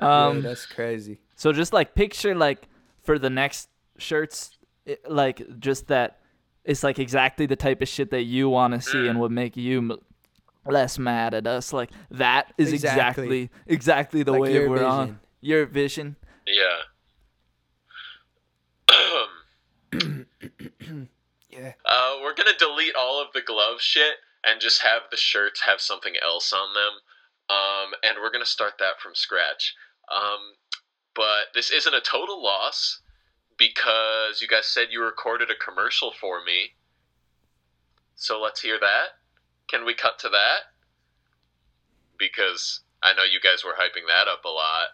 Yeah,
Um,
that's crazy.
So just like picture like for the next shirts, it, like just that it's like exactly the type of shit that you want to see and would make you m- less mad at us. Like that is
Exactly.
exactly exactly the
Like
way
your
we're on
vision.
your vision.
Yeah.
Yeah.
Uh, we're gonna delete all of the glove shit and just have the shirts have something else on them. Um, and we're gonna start that from scratch. Um, but this isn't a total loss because you guys said you recorded a commercial for me. So let's hear that. Can we cut to that? Because I know you guys were hyping that up a lot,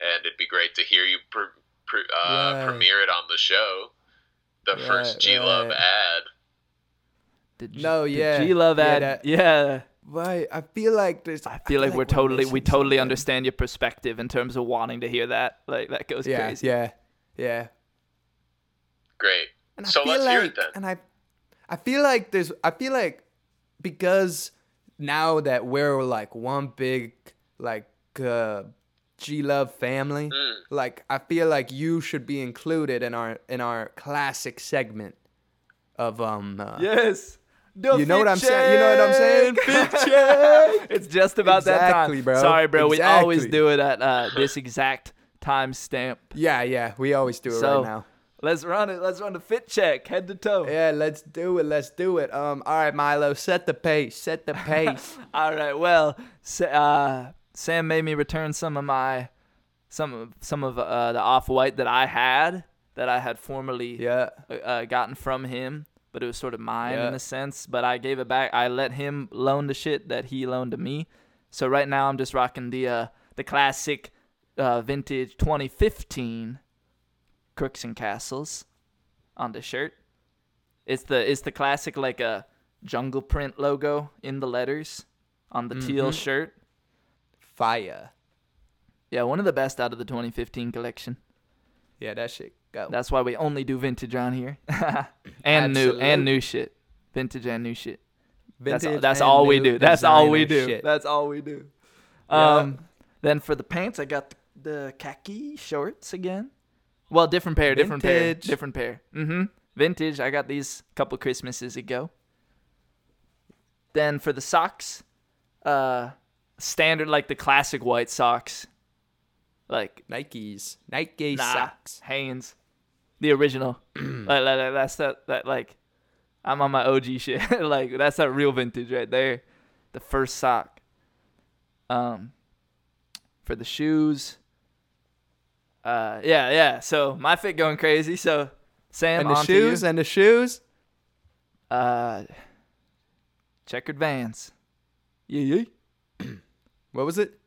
and it'd be great to hear you pre- pre- uh,
Right.
premiere it on the show. The first
Right,
G Love
right.
ad.
The G-
No, yeah.
G Love
Yeah,
ad.
that-
yeah.
Right, I feel like there's.
I feel like we're totally we
missing
totally
something.
understand your perspective in terms of wanting to hear that. Like that goes
Yeah,
crazy.
yeah, yeah.
Great.
And I
So
feel
let's
like,
hear it then.
And I, I feel like there's. I feel like because now that we're like one big like uh, G Love family,
Mm.
like I feel like you should be included in our in our classic segment of um. Uh,
Yes. The
You know what I'm saying? You know what I'm saying?
fit check. it's just about that time.
Exactly, bro.
Sorry, bro. We always
Exactly.
do it at uh, this exact time stamp.
<laughs> Yeah, yeah. We always do it
So
right now.
let's run it. Let's run the fit check, head to toe.
Yeah, let's do it. Let's do it. Um. All right, Milo, set the pace. Set the pace.
<laughs> All right. Well, Sa- uh, Sam made me return some of my some of some of uh, the off white that I had that I had formerly
Yeah.
uh, gotten from him, but it was sort of mine in
Yeah.
a sense. But I gave it back. I let him loan the shit that he loaned to me. So right now I'm just rocking the uh, the classic uh, vintage 2015 Crooks and Castles on the shirt. It's the it's the classic like a jungle print logo in the letters on the teal shirt.
Fire.
Yeah, one of the best out of the 2015 collection.
Yeah, that shit go.
That's why we only do vintage on here. <laughs> and new and new shit. Vintage and new shit. That's,
Vintage
that's
and
all we
new
do. That's all we
designer
do.
shit.
That's all we do.
Yeah.
Um then for the pants I got the, the khaki shorts again. Well, different pair, different pair,
Vintage.
different pair. Mhm. Vintage. I got these a couple Christmases ago. Then for the socks, uh standard like the classic white socks. Like
Nikes. Nike
Nah,
socks.
Hanes, the
<clears throat>
original. like, like, like, that's that, that like, I'm on my OG shit. <laughs> like that's that real vintage right there. The first sock. Um, for the shoes. Uh, yeah, yeah. So my fit going crazy. So Sam
And the
on to you.
shoes and the shoes.
uh, checkered Vans. Yeah, yeah.
What was it?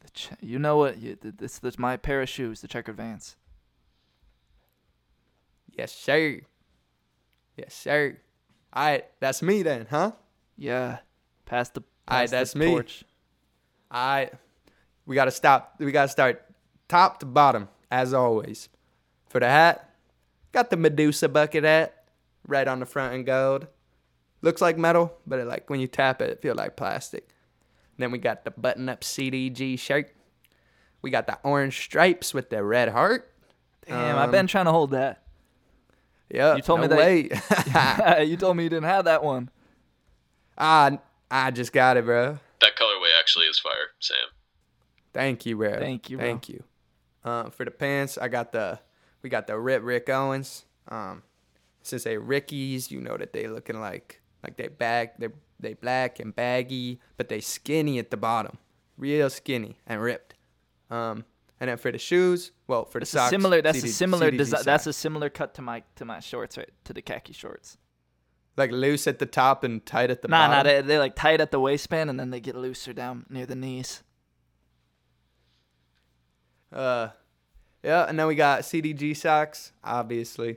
The ch- you know what? You, th- this, this my pair of shoes. The checkered Vans.
Yes, sir. Yes, sir. All right, that's me then, huh?
Yeah. Pass the.
Aight,
pass the
that's me.
torch.
All right. We got to stop. We got to start top to bottom, as always. For the hat, got the Medusa bucket hat, red on the front and gold. Looks like metal, but it, like when you tap it, it feel like plastic. Then we got the button up CDG shirt. We got the orange stripes with the red heart.
Damn, I've been trying to hold that.
Yeah,
You told me
no
that-
way. <laughs>
<laughs> you told me you didn't have that one.
I Ah, I just got it, bro.
That colorway actually is fire, Sam.
Thank you, bro.
Thank you, bro.
Thank you. Uh, for the pants, I got the we got the Rip Rick Owens. Um, since they Rickies, you know that they looking like like they back they they black and baggy, but they skinny at the bottom, real skinny and ripped. Um, and then for the shoes, well, for the
It's a
socks,
similar. That's
CD
a similar
CDG
design. That's a
socks.
similar cut to my to my shorts, right? To the khaki shorts.
like loose at the top and tight at the
Nah,
bottom.
nah. They they like tight at the waistband and then they get looser down near the knees.
Uh, yeah, and then we got CDG socks, obviously,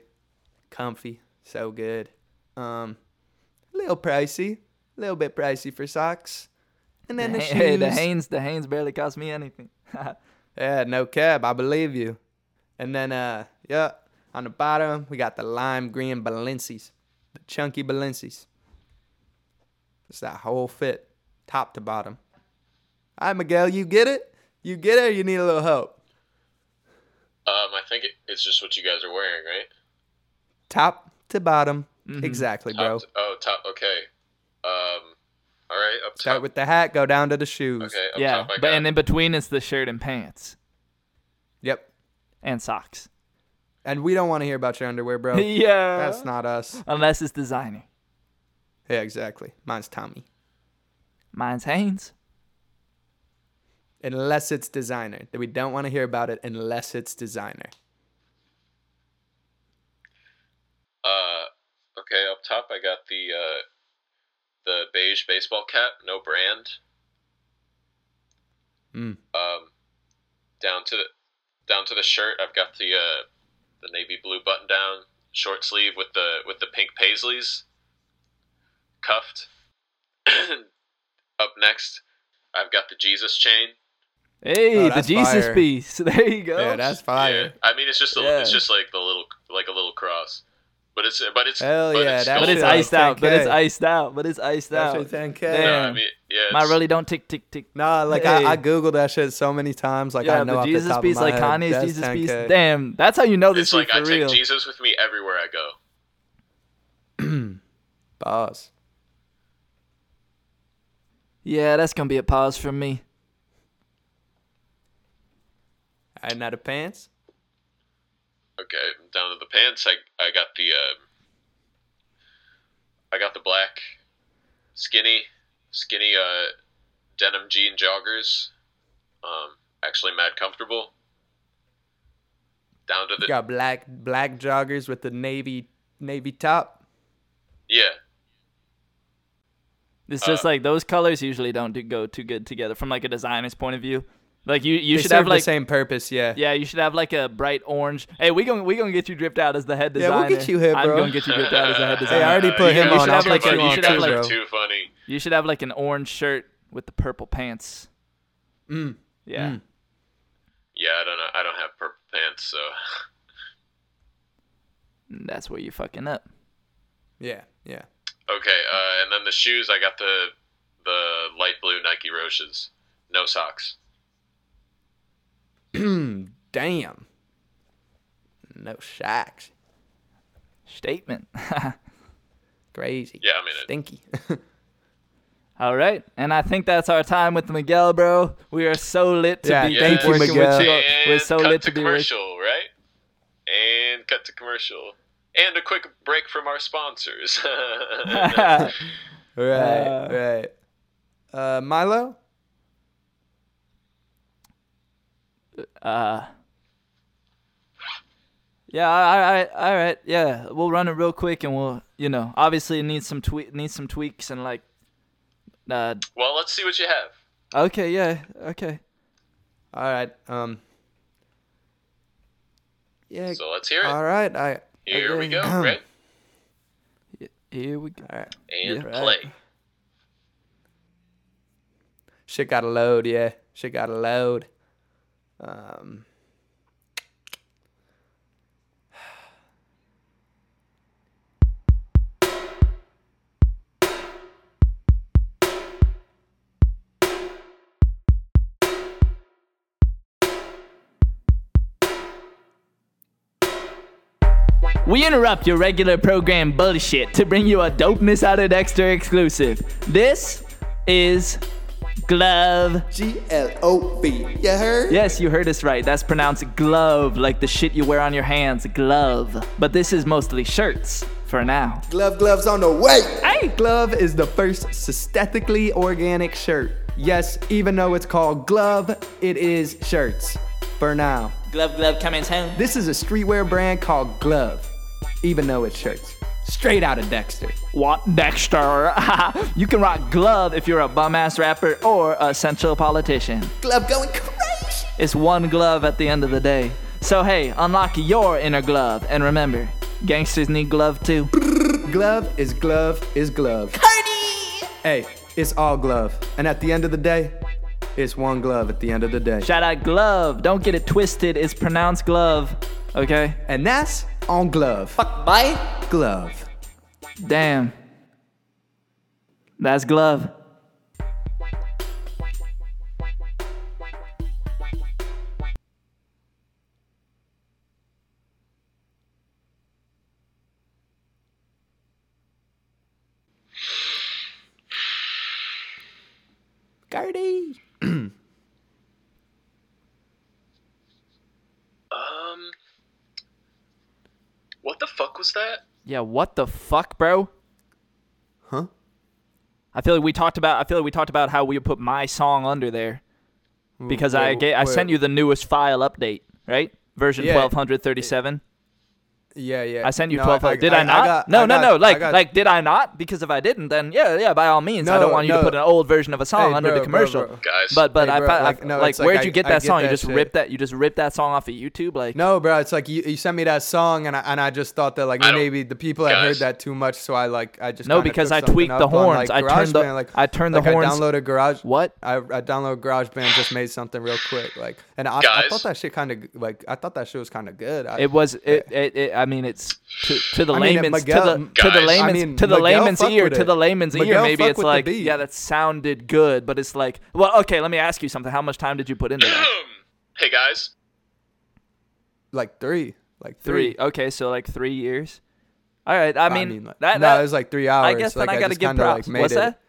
comfy, so good. Um, a little pricey, a little bit pricey for socks, and then the,
Ha-
shoes.
<laughs> Hey, the Hanes, the Hanes barely cost me anything. <laughs>
yeah, no cab, I believe you. And then uh, yeah, on the bottom we got the lime green Balenci's, the chunky Balenci's. It's that whole fit, top to bottom. All right, Miguel, you get it? You get it? Or you need a little help.
Um, I think it, it's just what you guys are wearing, right?
top to bottom.
Mm-hmm.
Exactly, bro.
Top t- oh, top. Okay. Um, all right. Up
Start
top.
with the hat, go down to the shoes.
okay. Up
yeah,
top, I
but
got
and in between it's the shirt and pants
Yep.
and socks.
And we don't want to hear about your underwear,
Oh,
bro.
<laughs> yeah.
That's not us.
Unless it's designer.
Yeah, exactly. Mine's Tommy.
Mine's Hanes.
Unless it's designer. We don't want to hear about it unless it's designer.
Uh, okay, up top I got the uh, the beige baseball cap, no brand.
Mm.
Um, down to the down to the shirt, I've got the uh, the navy blue button down short sleeve with the with the pink paisleys, cuffed. <clears throat> up next, I've got the Jesus chain.
Hey, the
that's
Jesus
fire.
piece. <laughs> There you go.
Yeah, that's
Yeah,
fire.
I mean it's just a, it's
Yeah.
just like the little like a little cross, but it's but it's
Hell
but
yeah,
it's
that
but
still-
it's
shit like
iced out. But it's
10K.
iced out. But it's iced
That's
out.
your 10K.
no,
Damn.
I mean yeah.
Mine
it's-
really don't tick tick tick.
Nah, like I, I
Hey.
googled that shit so many times. Like
yeah,
I know
the
off
Jesus
the top
piece,
of my
like
head,
Kanye's
that's
Jesus
10K.
piece. Damn, that's how you know this
It's like
dude
I
for
take
real.
Jesus with me everywhere I go.
Boss.
Yeah, that's gonna be a pause from me.
And now the pants.
Okay, down to the pants. I I got the um, I got the black skinny skinny uh denim jean joggers. Um, Actually, mad comfortable. Down to the
Got black black joggers with the navy navy top.
yeah.
It's
Uh.
just like those colors usually don't do, go too good together from like a designer's point of view. Like you, you
They
should
serve
have like
the same purpose, yeah.
yeah, you should have like a bright orange. Hey, we gonna we gonna get you dripped out as the head
Yeah,
designer.
we'll get you here,
I'm
bro.
gonna get you dripped out as the
<laughs>
head designer.
<laughs> Hey, I already
Uh,
put
you
him
guys
on.
are
I'll
too
put you
funny.
on
You guys
too,
are
bro.
too funny.
You should have like an orange shirt with the purple pants.
Mm.
Yeah.
Mm.
Yeah, I don't know. I don't have purple pants, so <laughs>
And Mm, That's where you fucking up.
Yeah, yeah.
okay. Uh, and then the shoes, I got the the light blue Nike Roches. No socks.
<clears throat> Damn. No shacks.
Statement. <laughs>
Crazy.
Yeah, I mean it.
Stinky. <laughs>
All right. And I think that's our time with Miguel, bro. We are so lit to
Yeah,
be
thank you,
working
Miguel.
with you.
And
We're so
cut
lit
to,
to be working. <laughs>
commercial, right? And cut to commercial. And a quick break from
<laughs>
our sponsors. <laughs>
Uh,
right, right. Uh, Milo?
Uh, yeah, all right, all right, yeah. We'll run it real quick, and we'll, you know, obviously it needs some tweak, needs some tweaks, and like, uh,
well, let's see what you have.
okay, yeah, okay.
All right. Um. Yeah.
So let's hear it.
All right. I.
Here we go.
okay.
Right
Here we go.
All right.
and
Yeah.
play.
Shit got to load. Yeah. Shit got to load. Um.
We interrupt your regular program bullshit to bring you a dopeness out of Dexter exclusive. This is glove
G L O V. You heard?
Yes, you heard us right. That's pronounced glove, like the shit you wear on your hands, glove. But this is mostly shirts for now.
Glove gloves on the way.
Hey, glove is the first synthetically organic shirt. Yes, even though it's called glove, it is shirts. For now.
Glove, glove coming home.
This is a streetwear brand called Glove, even though it's shirts. Straight out of Dexter.
What Dexter? <laughs> you can rock glove if you're a bum ass rapper or a central politician.
Glove going crazy.
It's one glove at the end of the day. So hey, unlock your inner glove and remember, gangsters need glove too.
Glove is glove is glove.
Party.
Hey, it's all glove. And at the end of the day, it's one glove at the end of the day.
Shout out glove. Don't get it twisted. It's pronounced glove. Okay.
And that's on glove. Fuck
Bye.
glove.
Damn. That's glove.
Gardy.
Um, what the fuck was that?
Yeah, what the fuck, bro?
Huh?
I feel like we talked about. I feel like we talked about how we put my song under there because I
wait,
ga- I sent
wait.
you the newest file update, right? Version
Yeah.
twelve hundred thty seven.
Yeah, yeah.
I sent you
No,
twelve hundred. Did I,
got-
not?
got-
no,
I
no,
got-
no.
I
Like,
got-
like, did I not? Because if I didn't, then yeah, yeah. By all means, I
No,
don't want you
no.
to put an old version of a song
Hey,
oh, under
bro,
the
bro,
commercial.
bro.
Guys.
But but
Hey,
I,
bro,
I like,
like, no, it's like
where'd
I-
you get
I
that
get
song? you
that
just
shit.
ripped that. You just ripped that song off of YouTube, like.
No, bro, it's like you, you sent me that song, and I, and I just thought that like
I don't-
maybe the people had heard
Guys.
that too much, so I like I just
No,
kinda
because
took
I
something
tweaked the
up on,
horns. I
Like,
turned the-
GarageBand, like,
I turned the
like,
horns-
I downloaded Garage.
What?
I, I downloaded GarageBand, just made something real quick, like, and I, I
Guys.
thought that shit kind of like I thought that shit was kind of good. I,
It was it, it, it I mean it's to, to the
I mean,
layman's
Miguel-
to the to the
Guys.
layman's
I mean,
to the
Miguel
layman's
fuck
ear
with
to
it.
the layman's ear
Miguel
maybe
fuck
it's
with the
like
beat.
yeah that sounded good but it's like well okay let me ask you something how much time did you put into that
<clears throat> hey guys.
like three, like
three
three.
okay so like three years all right I mean,
like,
that,
no,
that
it was like three hours.
I guess
like,
then I gotta
just
give
kinda, Like,
props
made
what's
it.
that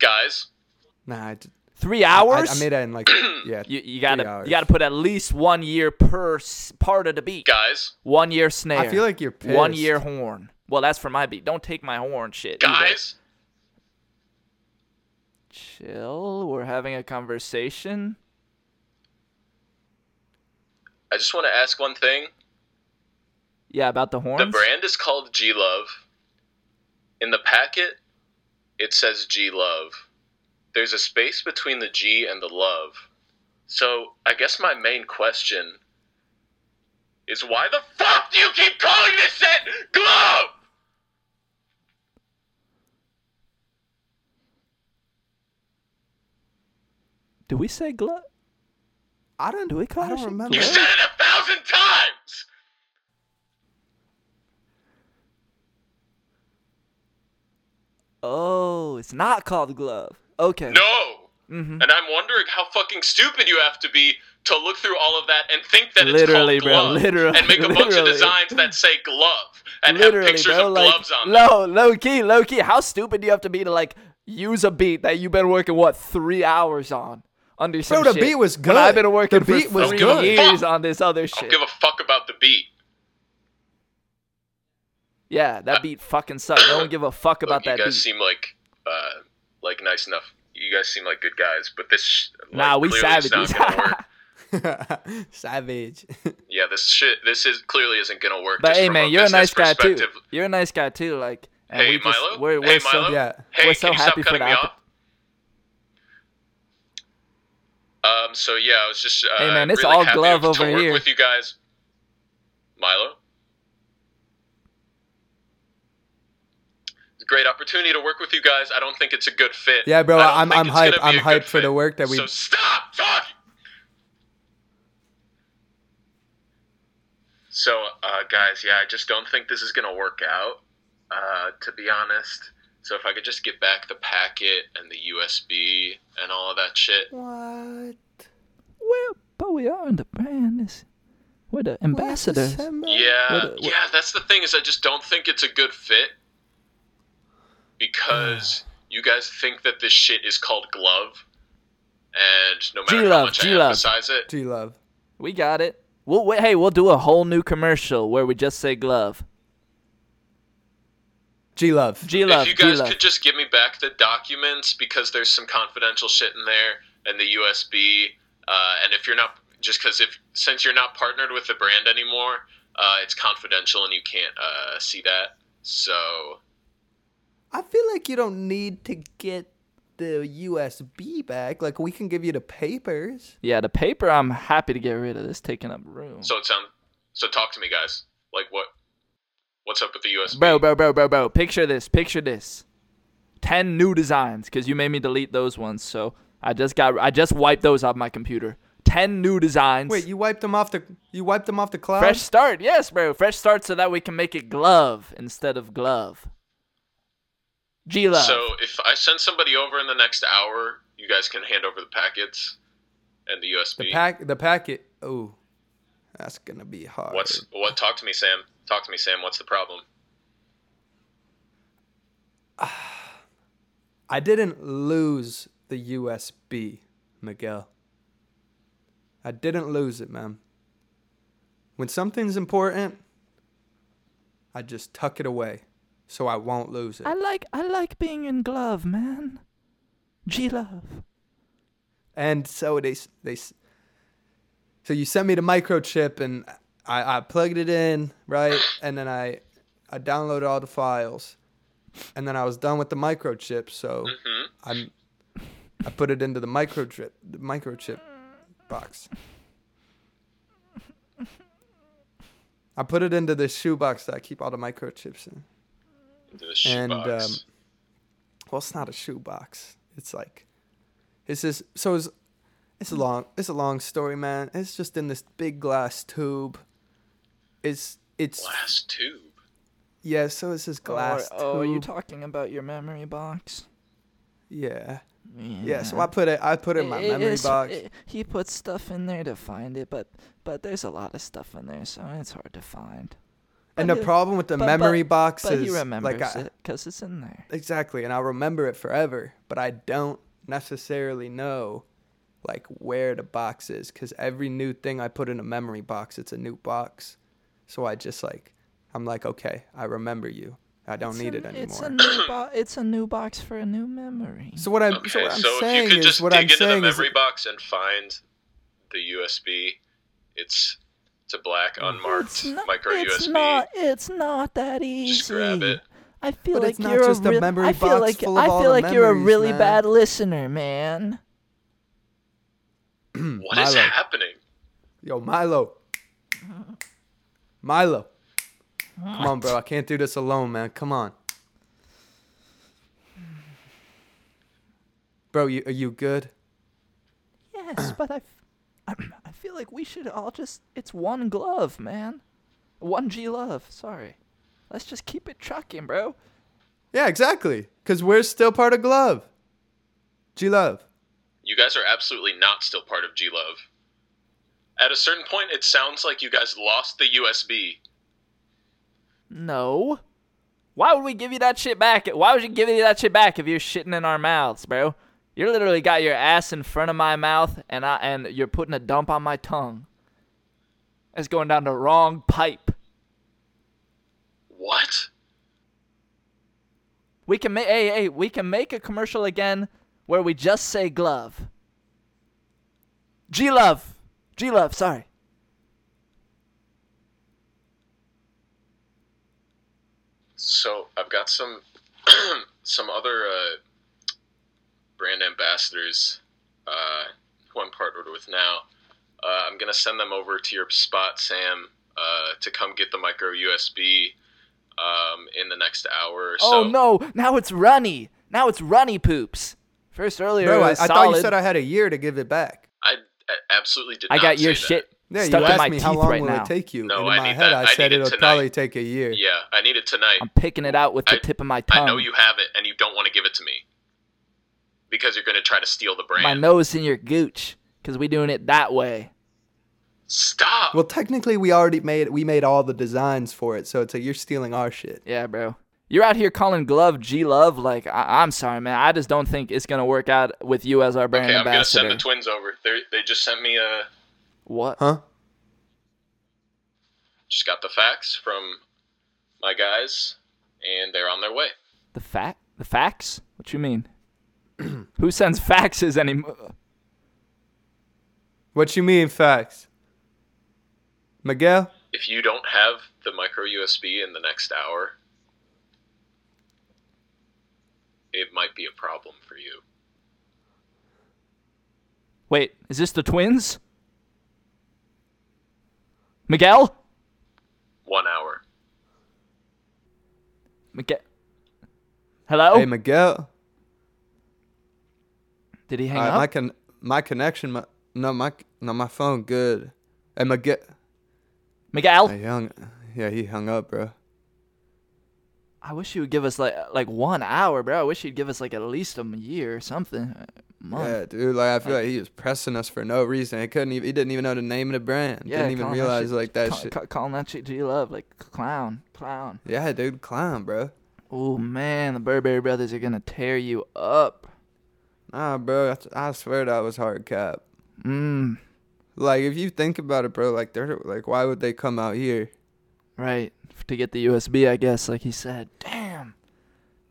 Guys.
Nah, I, just,
three
I-
hours
I, made it in
<clears throat>
like yeah.
you you
three
gotta
hours.
you gotta put at least one year per s- part of the beat
Guys.
one year snare
I feel like you're pissed.
one year horn well that's for my beat don't take my horn shit either.
Guys.
chill we're having a conversation.
I just want to ask one thing.
Yeah, about the horns.
The brand is called G Love. In the packet, it says G Love. There's a space between the G and the love. So I guess my main question is why the fuck do you keep calling this set Glove?
Do we say glut?
I don't. <laughs>
Do we call
I don't
it
remember.
You
Really?
said it a thousand times!
Oh, it's not called glove. Okay.
No!
Mm-hmm.
And I'm wondering how fucking stupid you have to be to look through all of that and think that
Literally,
it's
bro,
called glove
literally,
and make a bunch of
literally.
designs that say glove and have
Literally,
pictures
bro.
of
Like,
gloves on them.
low, low key, low key. How stupid do you have to be to like use a beat that you've been working what three hours on under some
the
shit,
beat was
when I've
good.
been working
The
for
beat was
three
good.
years
Fuck.
on this other
I don't
shit.
give a fuck about the beat.
yeah, that beat fucking sucked. No one give a fuck about
Look, you
that
guys
beat.
seem like uh, like nice enough. You guys seem like good guys, but this sh- like,
nah, we
clearly it's
savages. <laughs>
not gonna work.
Savage. <laughs>
yeah, this shit this is clearly isn't gonna work.
but
just
hey,
from
man, you're a nice
business
guy too.
perspective.
You're a nice guy too. Like, and
Hey,
we just,
Milo?
We're, we're
Hey,
so,
Milo?
Yeah.
Hey,
we're so
can you
happy
stop
for
cutting
the
me
oppo-
off? Um, so yeah, I was just uh,
Hey, man, it's
really
all
happy
glove
to
over
work
here.
with you guys. Milo, It's a great opportunity to work with you guys. I don't think it's a good fit.
Yeah, bro,
I don't
I'm-
think
I'm
it's gonna
hype-
be
I'm
a good
hype for
fit.
the work that we-
So stop talking. So, uh, guys, yeah, I just don't think this is gonna work out. Uh, to be honest. So if I could just get back the packet and the USB and all of that shit.
what?
Well, but we are in the brand. Is we're the ambassadors.
Yeah,
What- what-
yeah. That's the thing is, I just don't think it's a good fit because
Hmm.
you guys think that this shit is called glove, and no matter how
G-Love,
much I
G-Love.
emphasize it,
G love.
We got it. We'll wait, hey, we'll do a whole new commercial where we just say glove.
G love.
G
if
love,
you
G
guys
love.
could just give me back the documents because there's some confidential shit in there and the USB, uh, and if you're not just because if since you're not partnered with the brand anymore, uh, it's confidential and you can't uh, see that. So
I feel like you don't need to get the USB back. Like we can give you the papers.
Yeah, the paper I'm happy to get rid of. This taking up room.
so it's um so talk to me guys like what what's up with the USB?
bro, bro, bro, bro, bro. Picture this. Picture this. Ten new designs, cause you made me delete those ones. So I just got, I just wiped those off my computer. Ten new designs.
Wait, you wiped them off the you wiped them off the cloud?
fresh start, yes, bro. Fresh start, so that we can make it glove instead of glove. G love.
So if I send somebody over in the next hour, you guys can hand over the packets and the USB.
The pack the packet. Oh. That's gonna be hard.
What's what? Talk to me, Sam. Talk to me, Sam. What's the problem?
I didn't lose the USB, Miguel. I didn't lose it, man. When something's important, I just tuck it away so I won't lose it.
I like, I like being in glove, man. G love.
and so they s- they s- so you sent me the microchip and I, I plugged it in right and then I I downloaded all the files and then I was done with the microchip so I'm I put it into the microchip the microchip box I put it into this shoebox that I keep all the microchips in
Into the
And,
shoebox.
um, well it's not a shoebox it's like it's just so it's it's a
Hmm.
long it's a long story man it's just in this big glass tube it's it's
Glass tube.
yeah so it's this glass
oh, are
tube
you talking about your memory box?
yeah. yeah so i put it i put it in my
Mm-hmm. It- it
memory
is-
box
it- he puts stuff in there to find it, but but there's a lot of stuff in there, so it's hard to find.
and the
he-
problem with the
but-
memory
but,
box
but
is
he remembers
like I,
it because it's in there.
exactly and i'll remember it forever but i don't necessarily know like where the box is because every new thing i put in a memory box it's a new box so i just like i'm like okay i remember you i don't
It's
need
a,
it
n-
anymore
It's a new bo- It's a new box for a new memory.
so what i'm, so
Okay,
what
so,
I'm
if
saying
you could
is
just
what
dig
i'm
into the
saying is
memory box and find the USB, it's to black unmarked
It's not-
micro
it's
USB.
Not, it's not that easy.
Just grab it.
I feel
But
like
it's not
you're
just a
a, real-
memory
I feel
box
like
full of
I
all
feel
the
like you're a
memories,
really
man.
bad listener, man.
What is
Milo.
happening?
Yo, Milo. Milo. Come on, bro. I can't do this alone, man. Come on. Bro, you, are you good?
Yes, but I, I, <clears throat> I feel like we should all just. It's one glove, man. One G love. Sorry. Let's just keep it trucking, bro.
Yeah, exactly. Because we're still part of Glove. G Love.
You guys are absolutely not still part of G Love. At a certain point, it sounds like you guys lost the USB.
No. Why would we give you that shit back? Why would you give you that shit back if you're shitting in our mouths, bro? You literally got your ass in front of my mouth, and I and you're putting a dump on my tongue. It's going down the wrong pipe.
What?
We can make hey hey we can make a commercial again where we just say glove. G love, G love. Sorry.
So I've got some <clears throat> some other uh, brand ambassadors uh, who I'm partnered with now. Uh, I'm gonna send them over to your spot, Sam, uh, to come get the micro USB um, in the next hour or
Oh
so.
no! Now it's runny. Now it's runny poops. First earlier it
Bro, I, I
was
thought you
solid.
said I had a year to give it back.
I, I absolutely did.
I
not
got your
say that.
shit
Yeah,
stuck
you
in
asked
my
me
teeth
how long
right
will
now.
it take you.
No,
and in
I
my
need
head,
that.
I
I
said
need it
it'll
tonight.
probably take a year.
Yeah, I need it tonight.
I'm picking it out with the
I-
tip of my
I
tongue.
know you have it, and you don't want to give it to me because you're going to try to steal the brand.
My nose in your gooch, cause we doing it that way.
Stop.
Well, technically, we already made we made all the designs for it, so it's like you're stealing our shit.
Yeah, bro. You're out here calling Glove G Love. Like I- I'm sorry, man. I just don't think it's gonna work out with you as our brand
okay, I'm going to
ambassador.
send the twins over. They they just sent me uh, a
what?
Huh?
just got the facts from my guys, and they're on their way.
The fact? The fax? What you mean? <clears throat> Who sends faxes anymore?
What you mean, facts? Miguel?
If you don't have the micro USB in the next hour, it might be a problem for you.
Wait, is this the twins? Miguel?
One hour.
Miguel? Hello?
Hey, Miguel.
Did he hang
All right,
up?
my con- my connection, my, no, my no, my phone good. Hey, Miguel.
Miguel?
Hey, he hung, yeah, he hung up, bro.
I wish you would give us like uh, like one hour, bro. I wish you'd give us like at least a year or something. A month.
Yeah, dude. Like I feel like he was pressing us for no reason. He couldn't. Even, he didn't even know the name of the brand. didn't even
calling that
realize
shit-
like that
call,
shit.
ca- calling that shit G Love, like clown, clown.
Yeah, dude. Clown, bro.
Oh man, the Burberry brothers are gonna tear you up.
Nah, bro. that's- I swear that was hard cap.
Mmm.
Like if you think about it, bro. Like they're like, why would they come out here?
Right. f- To get the USB, I guess, like he said. Damn.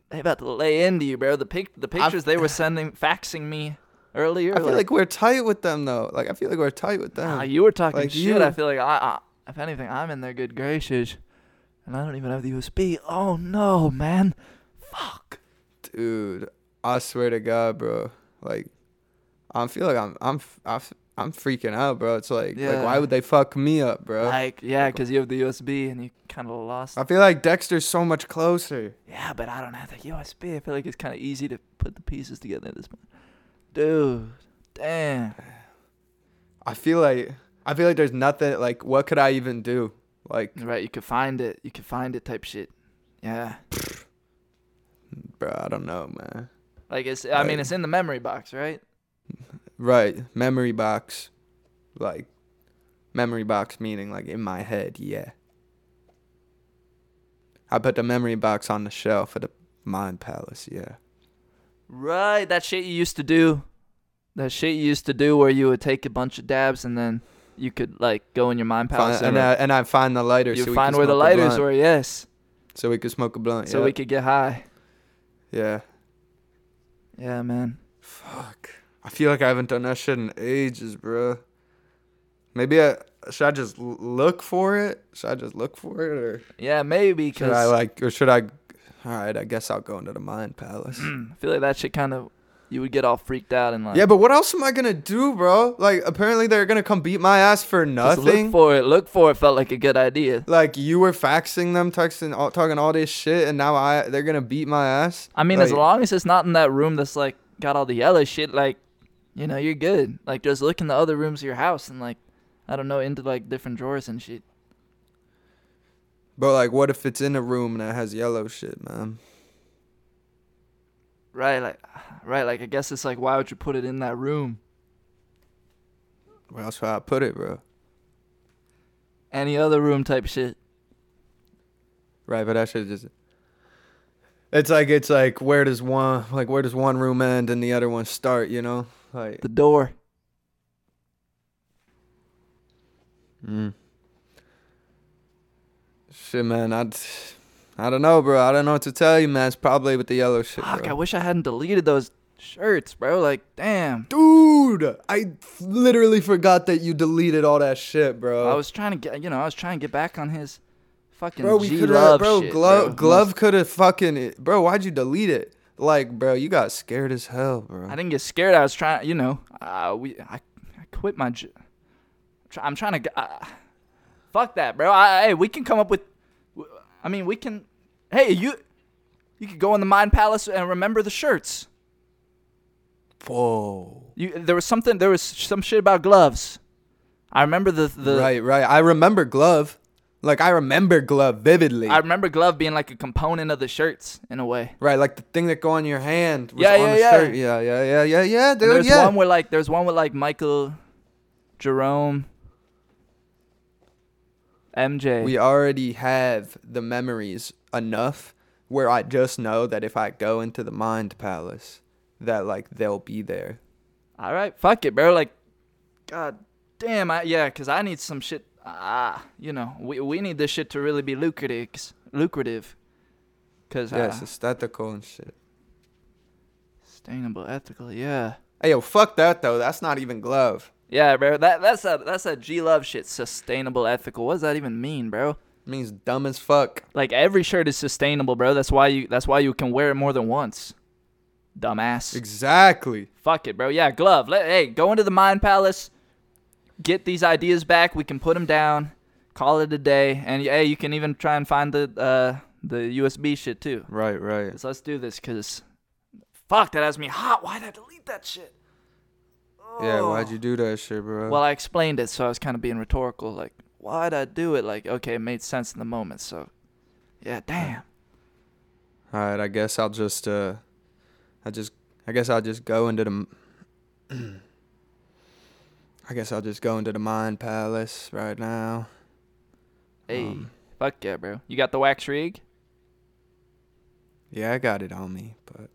They about to lay into you, bro. The pic the pictures they were sending <laughs> faxing me earlier.
I feel like we're tight with them though. Like I feel like we're tight with them.
ah, you were talking
like,
shit.
you-
I feel like I, I if anything, I'm in their good graces. And I don't even have the USB. Oh no, man. Fuck.
dude. I swear to God, bro. Like I feel like I'm I'm f- I f- I'm freaking out, bro. It's like like
Yeah.
why would they fuck me up, bro?
Like, yeah, 'cause you have the USB and you kind of lost.
I feel like Dexter's so much closer.
Yeah, but I don't have the USB. I feel like it's kind of easy to put the pieces together at this point. Dude, damn.
I feel like I feel like there's nothing like what could I even do? Like,
Right, you could find it. You could find it type shit. Yeah.
bro, I don't know, man.
Like it's I mean it's in the memory box, right?
Right, memory box. Like memory box meaning like in my head, yeah. I put the memory box on the shelf at the mind palace, yeah.
Right, that shit you used to do. That shit you used to do where you would take a bunch of dabs and then you could like go in your mind palace
Find, and,
and
I, and I find the lighter.
you
so we
find
could
where the
smoke a
lighters
blunt.
were, yes.
So we could smoke a blunt.
So we could get high.
Yeah.
Yeah, man.
Fuck. I feel like I haven't done that shit in ages, bro. Maybe I should I just l- look for it? Should I just look for it, or
Yeah, maybe
should I uh,
because
like, or should I? All right, I guess I'll go into the Mind Palace.
I feel like that shit kind of you would get all freaked out and like
Yeah, but what else am I gonna do, bro? Like, apparently they're gonna come beat my ass for
just look
nothing.
for it. Look for it felt like a good idea.
like you were faxing them, texting, all, talking all this shit, and now I they're gonna beat my ass.
I mean, as
Like,
long as it's not in that room that's like got all the yellow shit, like you know, you're good. Like just look in the other rooms of your house and like I don't know into like different drawers and shit.
But like, what if it's in a room that has yellow shit, man?
Right, like <sighs> right, like I guess it's like why would you put it in that room?
Where else would I put it, bro?
Any other room type shit.
Right, but I should just. It's like it's like where does one like where does one room end and the other one start? You know, like
The door.
shit, man. I, I don't know, bro. I don't know what to tell you, man. It's probably with the yellow shit,
Fuck, I
bro.
wish I hadn't deleted those shirts, bro. Like, damn.
Dude, I literally forgot that you deleted all that shit, bro.
I was trying to get, you know, I was trying to get back on his fucking
bro. We
G
could have,
love
bro.
shit,
glove,
bro.
glove could have fucking, bro. Why'd you delete it? Like, bro, you got scared as hell, bro.
I didn't get scared. I was trying, you know, uh, we, I, I quit my. j- try- I'm trying to. g- Uh, fuck that, bro. I, hey, we can come up with. w- I mean, we can. Hey, you, you could go in the Mind Palace and remember the shirts.
Whoa.
You, there was something. There was some shit about gloves. I remember the the.
Right, right. I remember glove. Like I remember glove vividly.
I remember glove being like a component of the shirts in a way.
Right, like the thing that go on your hand. Was
Yeah,
on
yeah,
the
yeah.
Shirt. yeah, yeah, yeah, yeah, yeah,
And
dude,
there's
yeah.
one where like there's one with like Michael, Jerome, MJ.
we already have the memories enough where I just know that if I go into the mind palace, that like they'll be there.
All right, fuck it, bro. Like, god damn, I yeah, 'cause I need some shit. Ah, you know, we we need this shit to really be lucrative. 'cause- Lucrative, 'cause
Yeah,
uh,
it's aesthetical and shit.
sustainable, ethical. Yeah,
Hey, yo, fuck that though. That's not even glove.
yeah, bro. That that's a that's a G love shit. Sustainable, ethical. What does that even mean, bro?
It means dumb as fuck.
Like every shirt is sustainable, bro. That's why you that's why you can wear it more than once. Dumbass.
Exactly.
Fuck it, bro. Yeah, glove. Let, hey, go into the mind palace. Get these ideas back. We can put them down. Call it a day. And hey, you can even try and find the uh, the USB shit too.
Right, right.
So let's do this, cause fuck, that has me hot. Why'd I delete that shit?
Yeah, why'd you do that shit, bro?
Well, I explained it, so I was kind of being rhetorical. Like, why'd I do it? Like, okay, it made sense in the moment. So, yeah, damn.
All right, I guess I'll just uh, I just I guess I'll just go into the. m- <clears throat> I guess I'll just go into the mind palace right now.
Hey, fuck yeah, bro. You got the wax rig?
Yeah, I got it on me, but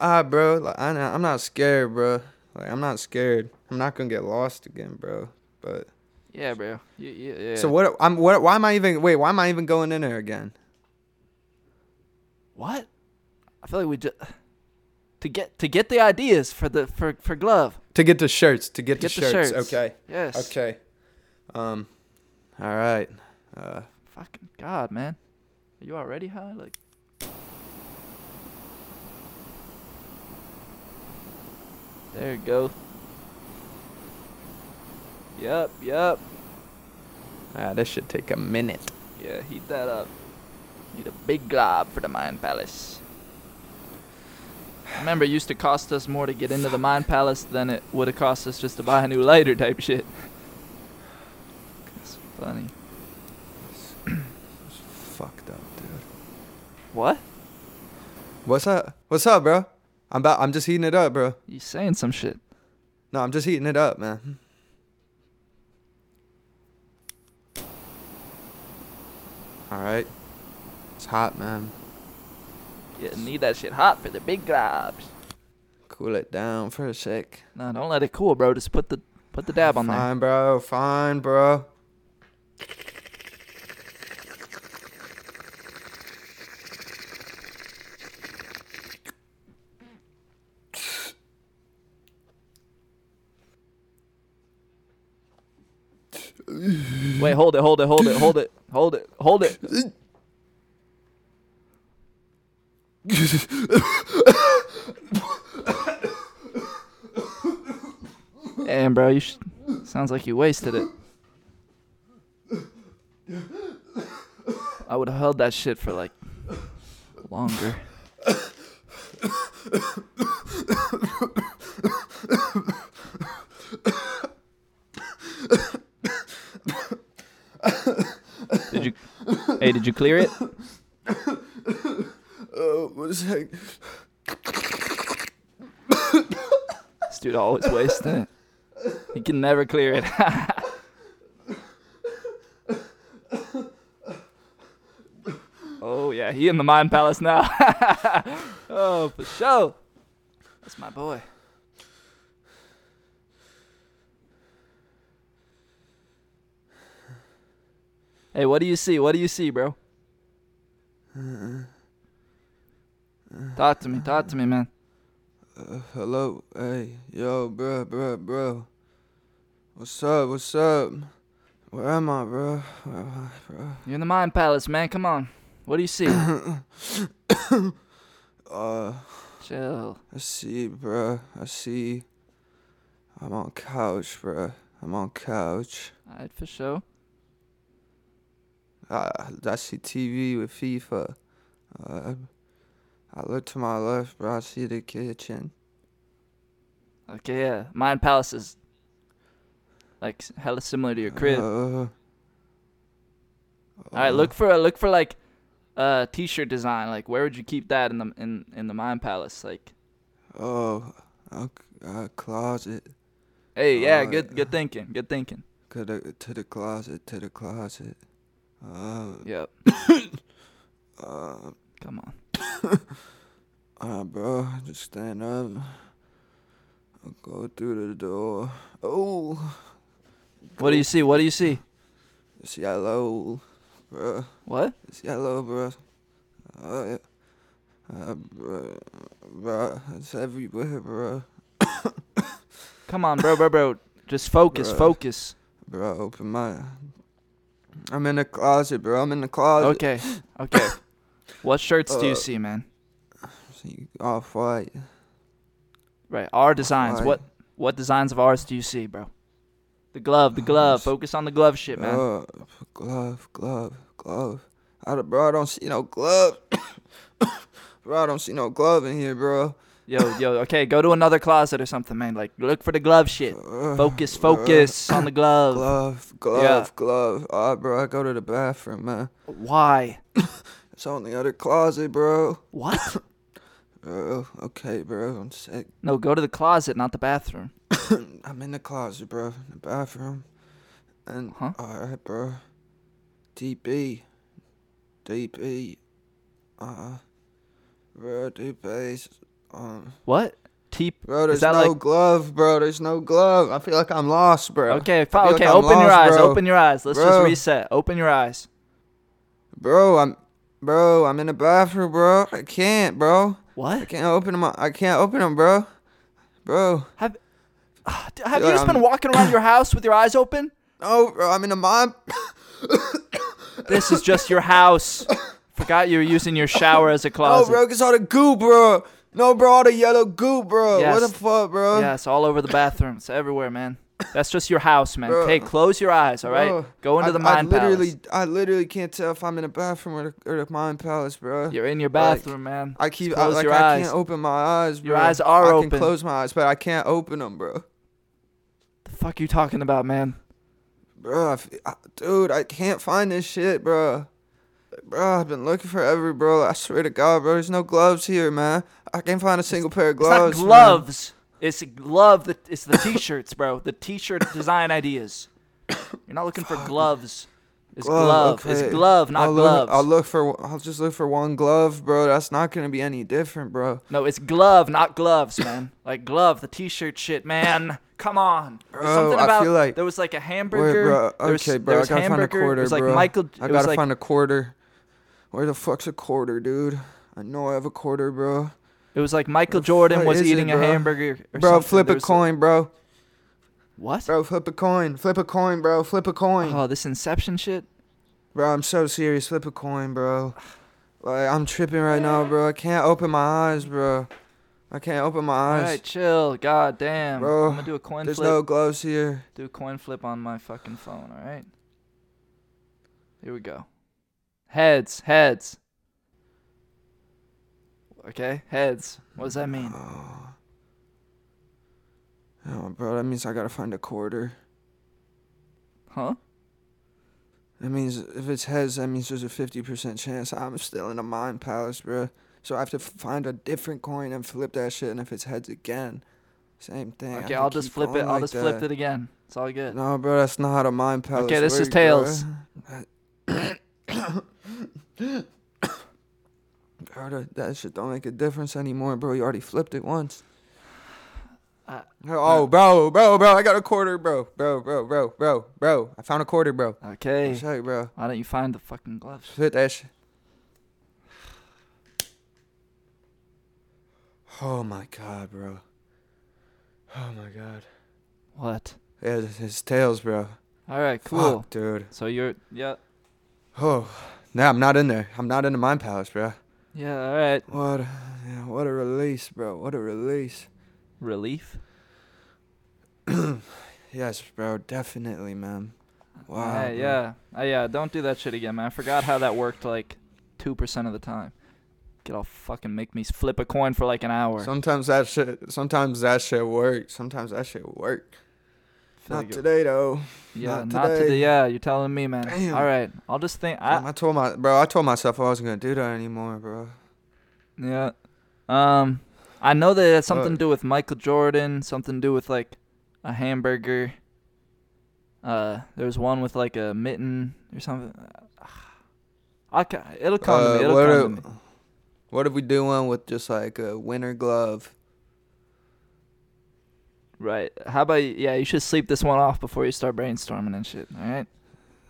ah, bro, like, I, I'm not scared, bro. Like I'm not scared. I'm not gonna get lost again, bro. But
Yeah, bro. Yeah, yeah, yeah.
so what? I'm what? Why am I even? Wait, why am I even going in there again?
What? I feel like we just to get to get the ideas for the for for glove.
To get the shirts. To get,
Get
the,
the
shirts.
shirts.
Okay.
Yes.
Okay. Um. All right. Uh.
Fucking god, man. Are you already high? Like There you go. Yep, yep.
Ah, this should take a minute.
Yeah, heat that up. Need a big glob for the Mind Palace. Remember, it used to cost us more to get into the Mind Palace than it would have cost us just to buy a new lighter type shit. That's funny.
It's fucked up, dude.
What?
What's up? What's up, bro? I'm about. I'm just heating it up, bro.
You saying some shit?
No, I'm just heating it up, man. All right. It's hot, man.
You need that shit hot for the big globs.
Cool it down for a sec.
No, don't let it cool, bro. Just put the put the dab on there.
Fine, bro. Fine, bro.
Wait, hold it, hold it, hold it, hold it, hold it, hold it. Damn, bro, you sh- sounds like you wasted it. I would have held that shit for like longer. Did you? Hey, did you clear it?
What is that?
This dude always wasting it. He can never clear it. <laughs> oh yeah, he in the mind palace now. <laughs> oh for sure. That's my boy. Hey, what do you see? What do you see, bro? Talk to me. Talk to me, man.
Uh, Hello, hey, yo, bro, bro, bro. What's up? What's up? Where am I, bro? Where am I, bro?
You're in the mind palace, man. Come on. What do
<coughs>
you see?
Uh,
Chill.
I see, bro. I see. I'm on couch, bro. I'm on couch.
Alright, for sure.
I Ah, I see TV with FIFA. Uh, I look to my left, bro. I see the kitchen.
Okay, yeah. Mind palace is like s- hella similar to your crib.
Uh,
Alright, look for a look for like uh t-shirt design. Like where would you keep that in the in in the mind palace? Like
oh, a, a closet.
hey, yeah,
Oh,
good good thinking. Good thinking.
To the, to the closet, to the closet. Uh,
Yep.
uh,
Come on.
uh, bro, just stand up. I'll go through the door. Oh,
What do you see? What do you see?
it's yellow, bro.
What?
It's yellow, bro. Uh, uh, bro, bro, it's everywhere, bro.
Come on, bro, bro, bro. Just focus,
Bruh.
focus.
Bro, open my. I'm in the closet, bro. I'm in the closet.
Okay. Okay.
<coughs>
What shirts do
Uh,
you see, man?
See, Off white.
Right, our designs.
Alright.
What what designs of ours do you see, bro? The glove, the glove. Focus on the glove shit, man.
Uh, glove, glove, glove. I don't, bro, I don't see no glove. <coughs> bro, I don't see no glove in here, bro.
Yo, yo, okay, go to another closet or something, man. Like look for the glove shit. Focus, focus on the glove.
Glove, glove, glove. Ah, bro, I go to the bathroom, man.
Why?
It's on the other closet, bro. <laughs>
What?
Bro, okay, bro. I'm sick. <coughs>
No, go to the closet, not the bathroom.
I'm in the closet, bro. In the bathroom. And
Huh?
alright, bro. E. DB. DB. Uh. E. Bro, DB's. Um.
What? T
Bro,
Is
there's no
that like
glove, bro. There's no glove. I feel like I'm lost, bro.
Okay,
I
fi-
feel
okay,
like I'm
open your
lost,
eyes.
bro.
Open your eyes. Let's just
Bro.
reset. Open your eyes.
Bro, I'm. Bro, I'm in the bathroom, bro. I can't, bro. I
What?
can't open them. I can't open them, bro. Bro.
Have Ah, d- Have you
Yeah,
just been
I'm-
walking around your house with your eyes open?
No, bro. I'm in the mob.
This is just
<laughs>
your house. Forgot you were using your shower as a
No,
closet.
Oh, bro, it's all the goo, bro. No, bro, all the yellow goo, bro. What
Yes.
the fuck, bro?
Yeah, it's all over the bathroom. It's everywhere, man. That's just your house, man.
Bro.
Okay, close your eyes, all right?
Bro,
Go into
I,
the mind
I literally,
palace.
I literally can't tell if I'm in a bathroom or the, or the mind palace, bro.
You're in your
Like,
bathroom, man.
I keep,
Just
I,
close
like,
your
I
eyes.
can't open my eyes, bro.
Your eyes are
I
open.
can close my eyes, but I can't open them, bro.
the fuck you talking about, man?
Bro, I f I dude, I can't find this shit, bro. Bro, I've been looking forever, bro. I swear to God, bro. There's no gloves here, man. I can't find a single pair of gloves.
it's
man.
not gloves. It's a glove. That, it's the t-shirts, bro. The t-shirt design ideas. You're not looking for gloves. It's glove.
okay.
It's glove, not
I'll
gloves.
Look, I'll look for. I'll just look for one glove, bro. That's not gonna be any different, bro.
no, it's glove, not gloves, man. like glove, the t-shirt shit, man. Come on. There's
Bro,
something
Oh, I
about
feel like-
there was like a hamburger.
Wait, bro.
there was-
Okay,
there
bro. I
was
gotta find a
hamburger,
quarter,
It was like
bro.
Michael.
I
it was
gotta
like,
find a quarter. Where the fuck's a quarter, dude? I know I have a quarter, bro.
It was like Michael Jordan
fuck
was
is it,
eating a
bro?
hamburger. Or
Bro,
something.
flip
There
a
was
coin, bro.
What?
Bro, flip a coin. Flip a coin, bro. Flip a coin.
Oh, this Inception shit.
Bro, I'm so serious. Flip a coin, bro. Like, I'm tripping right now, bro. I can't open my eyes, bro. I can't open my
All
eyes.
right, chill. God damn.
Bro,
I'm gonna do a coin
There's
flip.
no gloves here.
Do a coin flip on my fucking phone. All right. Here we go. Heads, heads. Okay, heads. What does that
Uh,
mean?
Oh, bro, that means I gotta find a quarter.
Huh?
That means if it's heads, that means there's a 50% chance I'm still in a mind palace, bro. So I have to f- find a different coin and flip that shit. And if it's heads again, same thing. I
Okay,
have
I'll
to
just
keep
flip it.
going
I'll
like
just flip
that.
it again. It's all good.
No, bro, that's not how a mind palace.
Okay, this is
works, <coughs>
tails.
Bro. Bro, that- that shit don't make a difference anymore, bro. You already flipped it once.
I-
oh,
uh,
bro, bro, bro, I got a quarter, bro, bro, bro, bro, bro, bro. I found a quarter, bro.
Okay.
Show you, bro.
Why don't you find the fucking gloves?
Flip that shit. Oh my god, bro. Oh my god.
What?
Yeah, it's- it's tails, bro.
All right, cool.
Fuck, dude.
So you're yeah,
Oh, nah, I'm not in there. I'm not in the mind palace, bro.
yeah. All right.
What, yeah, what a release, bro. What a release.
Relief.
Yes, bro, definitely, man. Wow.
Yeah,
bro.
yeah, Uh, yeah. Don't do that shit again, man. I forgot how that worked like two percent of the time. Get all fucking make me flip a coin for like an hour.
Sometimes that shit. Sometimes that shit work. Sometimes that shit work.
Feel
Not
like it-
today though.
Yeah,
not
not
today.
today. Yeah, you're telling me, man.
Damn.
All right, I'll just think.
Damn,
I,
I told my bro. I told myself I wasn't gonna do that anymore, bro.
yeah. Um, I know that it had something to
Fuck.
do with Michael Jordan. Something to do with like a hamburger. Uh, there's one with like a mitten or something. <sighs> I ca- it'll come to
Uh,
me. It'll
what
come to
if-
me.
What if we do one with just like a winter glove?
Right. How about you? Yeah, you should sleep this one off before you start brainstorming and shit. All right.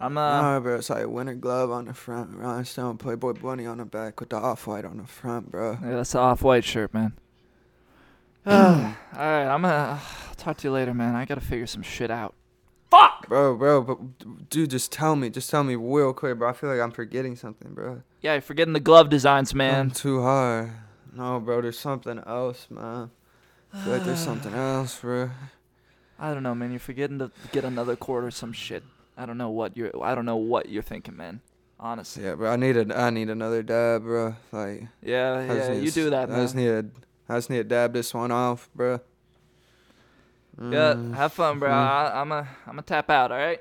I'm uh.
no, bro, it's like a winter glove on the front, rhinestone, Playboy bunny on the back with the off white on the front, bro.
yeah, that's an off-white
<sighs>
shirt, man. <sighs> Ah, all right. I'm gonna <sighs> I'll talk to you later, man. I gotta figure some shit out.
Bro, bro, but dude, just tell me, just tell me real quick, bro. I feel like I'm forgetting something, bro.
Yeah, you're forgetting the glove designs,
I'm
man.
too hard. No, bro, there's something else, man. I feel like there's
<sighs>
something else, bro.
I don't know, man. You're forgetting to get another quarter, or some shit. I don't know what you're. I don't know what you're thinking, man. Honestly.
Yeah, bro, I need a, I need another dab, bro. Like, I
Yeah,
just
yeah.
need
You
s-
do that,
I just
man.
need, a, I just need to dab this one off, bro. Mm.
Yeah. Have fun,
Mm-hmm.
bro. I, I'm a. I'm a tap out. All right.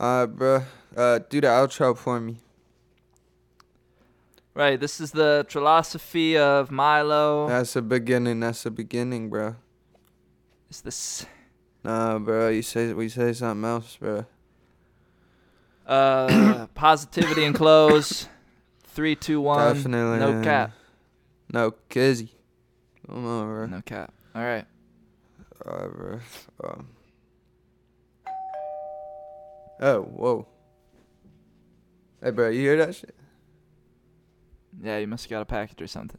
Uh, bro, uh, do the outro for me.
Right. This is the philosophy of Milo.
That's the beginning. That's the beginning, bro.
It's this.
Nah, bro, you say we say something else, bro.
Uh, <coughs> positivity and close. Three, two, one.
Definitely.
No cap.
No kizzy. Come on, bro.
No cap. All right.
Alright, bro. Um. Oh, whoa. Hey, bro, you hear that shit?
Yeah, you must have got a package or something.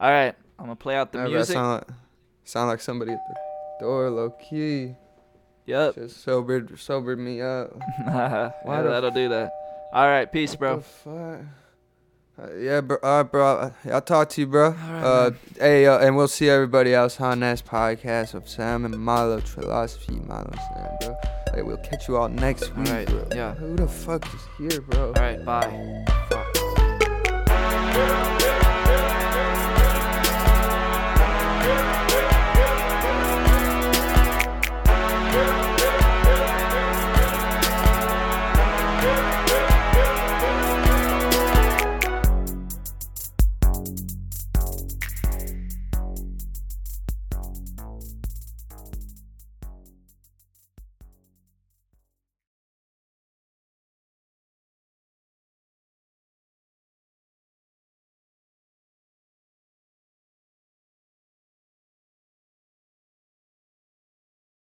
All right. I'm gonna play out the
Nah, bro,
music.
sound like, sound like somebody at the door, low key.
<laughs> Yep.
Just sobered, sobered me up.
yeah,
Why the
that'll do that. All right. Peace, bro.
The fuck? Uh, yeah, bro. All right, bro. I- I'll talk to you, bro.
right,
uh, hey, uh, and we'll see everybody else on next podcast of Sam and Milo philosophy, Milo Sam, bro. Hey, we'll catch you all next week,
right,
bro.
yeah.
Who the fuck is here, bro?
All right. Bye. Fuck.